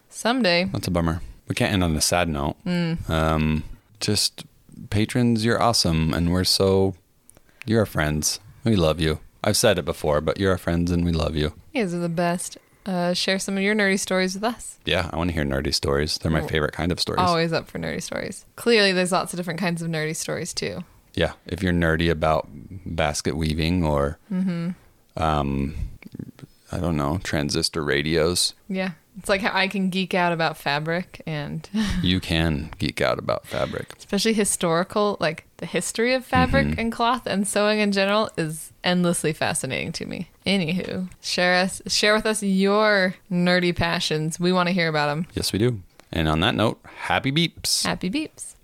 S2: someday,
S3: that's a bummer. We can't end on a sad note. Um, just patrons, you're awesome, and we're so you're our friends. We love you. I've said it before, but you're our friends, and we love you.
S2: you guys are the best. Uh, share some of your nerdy stories with us.
S3: Yeah, I want to hear nerdy stories. They're my favorite kind of stories.
S2: Always up for nerdy stories. Clearly, there's lots of different kinds of nerdy stories too.
S3: Yeah, if you're nerdy about basket weaving or, um, I don't know, transistor radios,
S2: Yeah, it's like how I can geek out about fabric and
S3: you can geek out about fabric.
S2: especially historical, like the history of fabric and cloth and sewing in general is endlessly fascinating to me. Anywho, share us, share with us your nerdy passions. We want to hear about them.
S3: Yes, we do. And on that note, happy beeps.
S2: Happy beeps.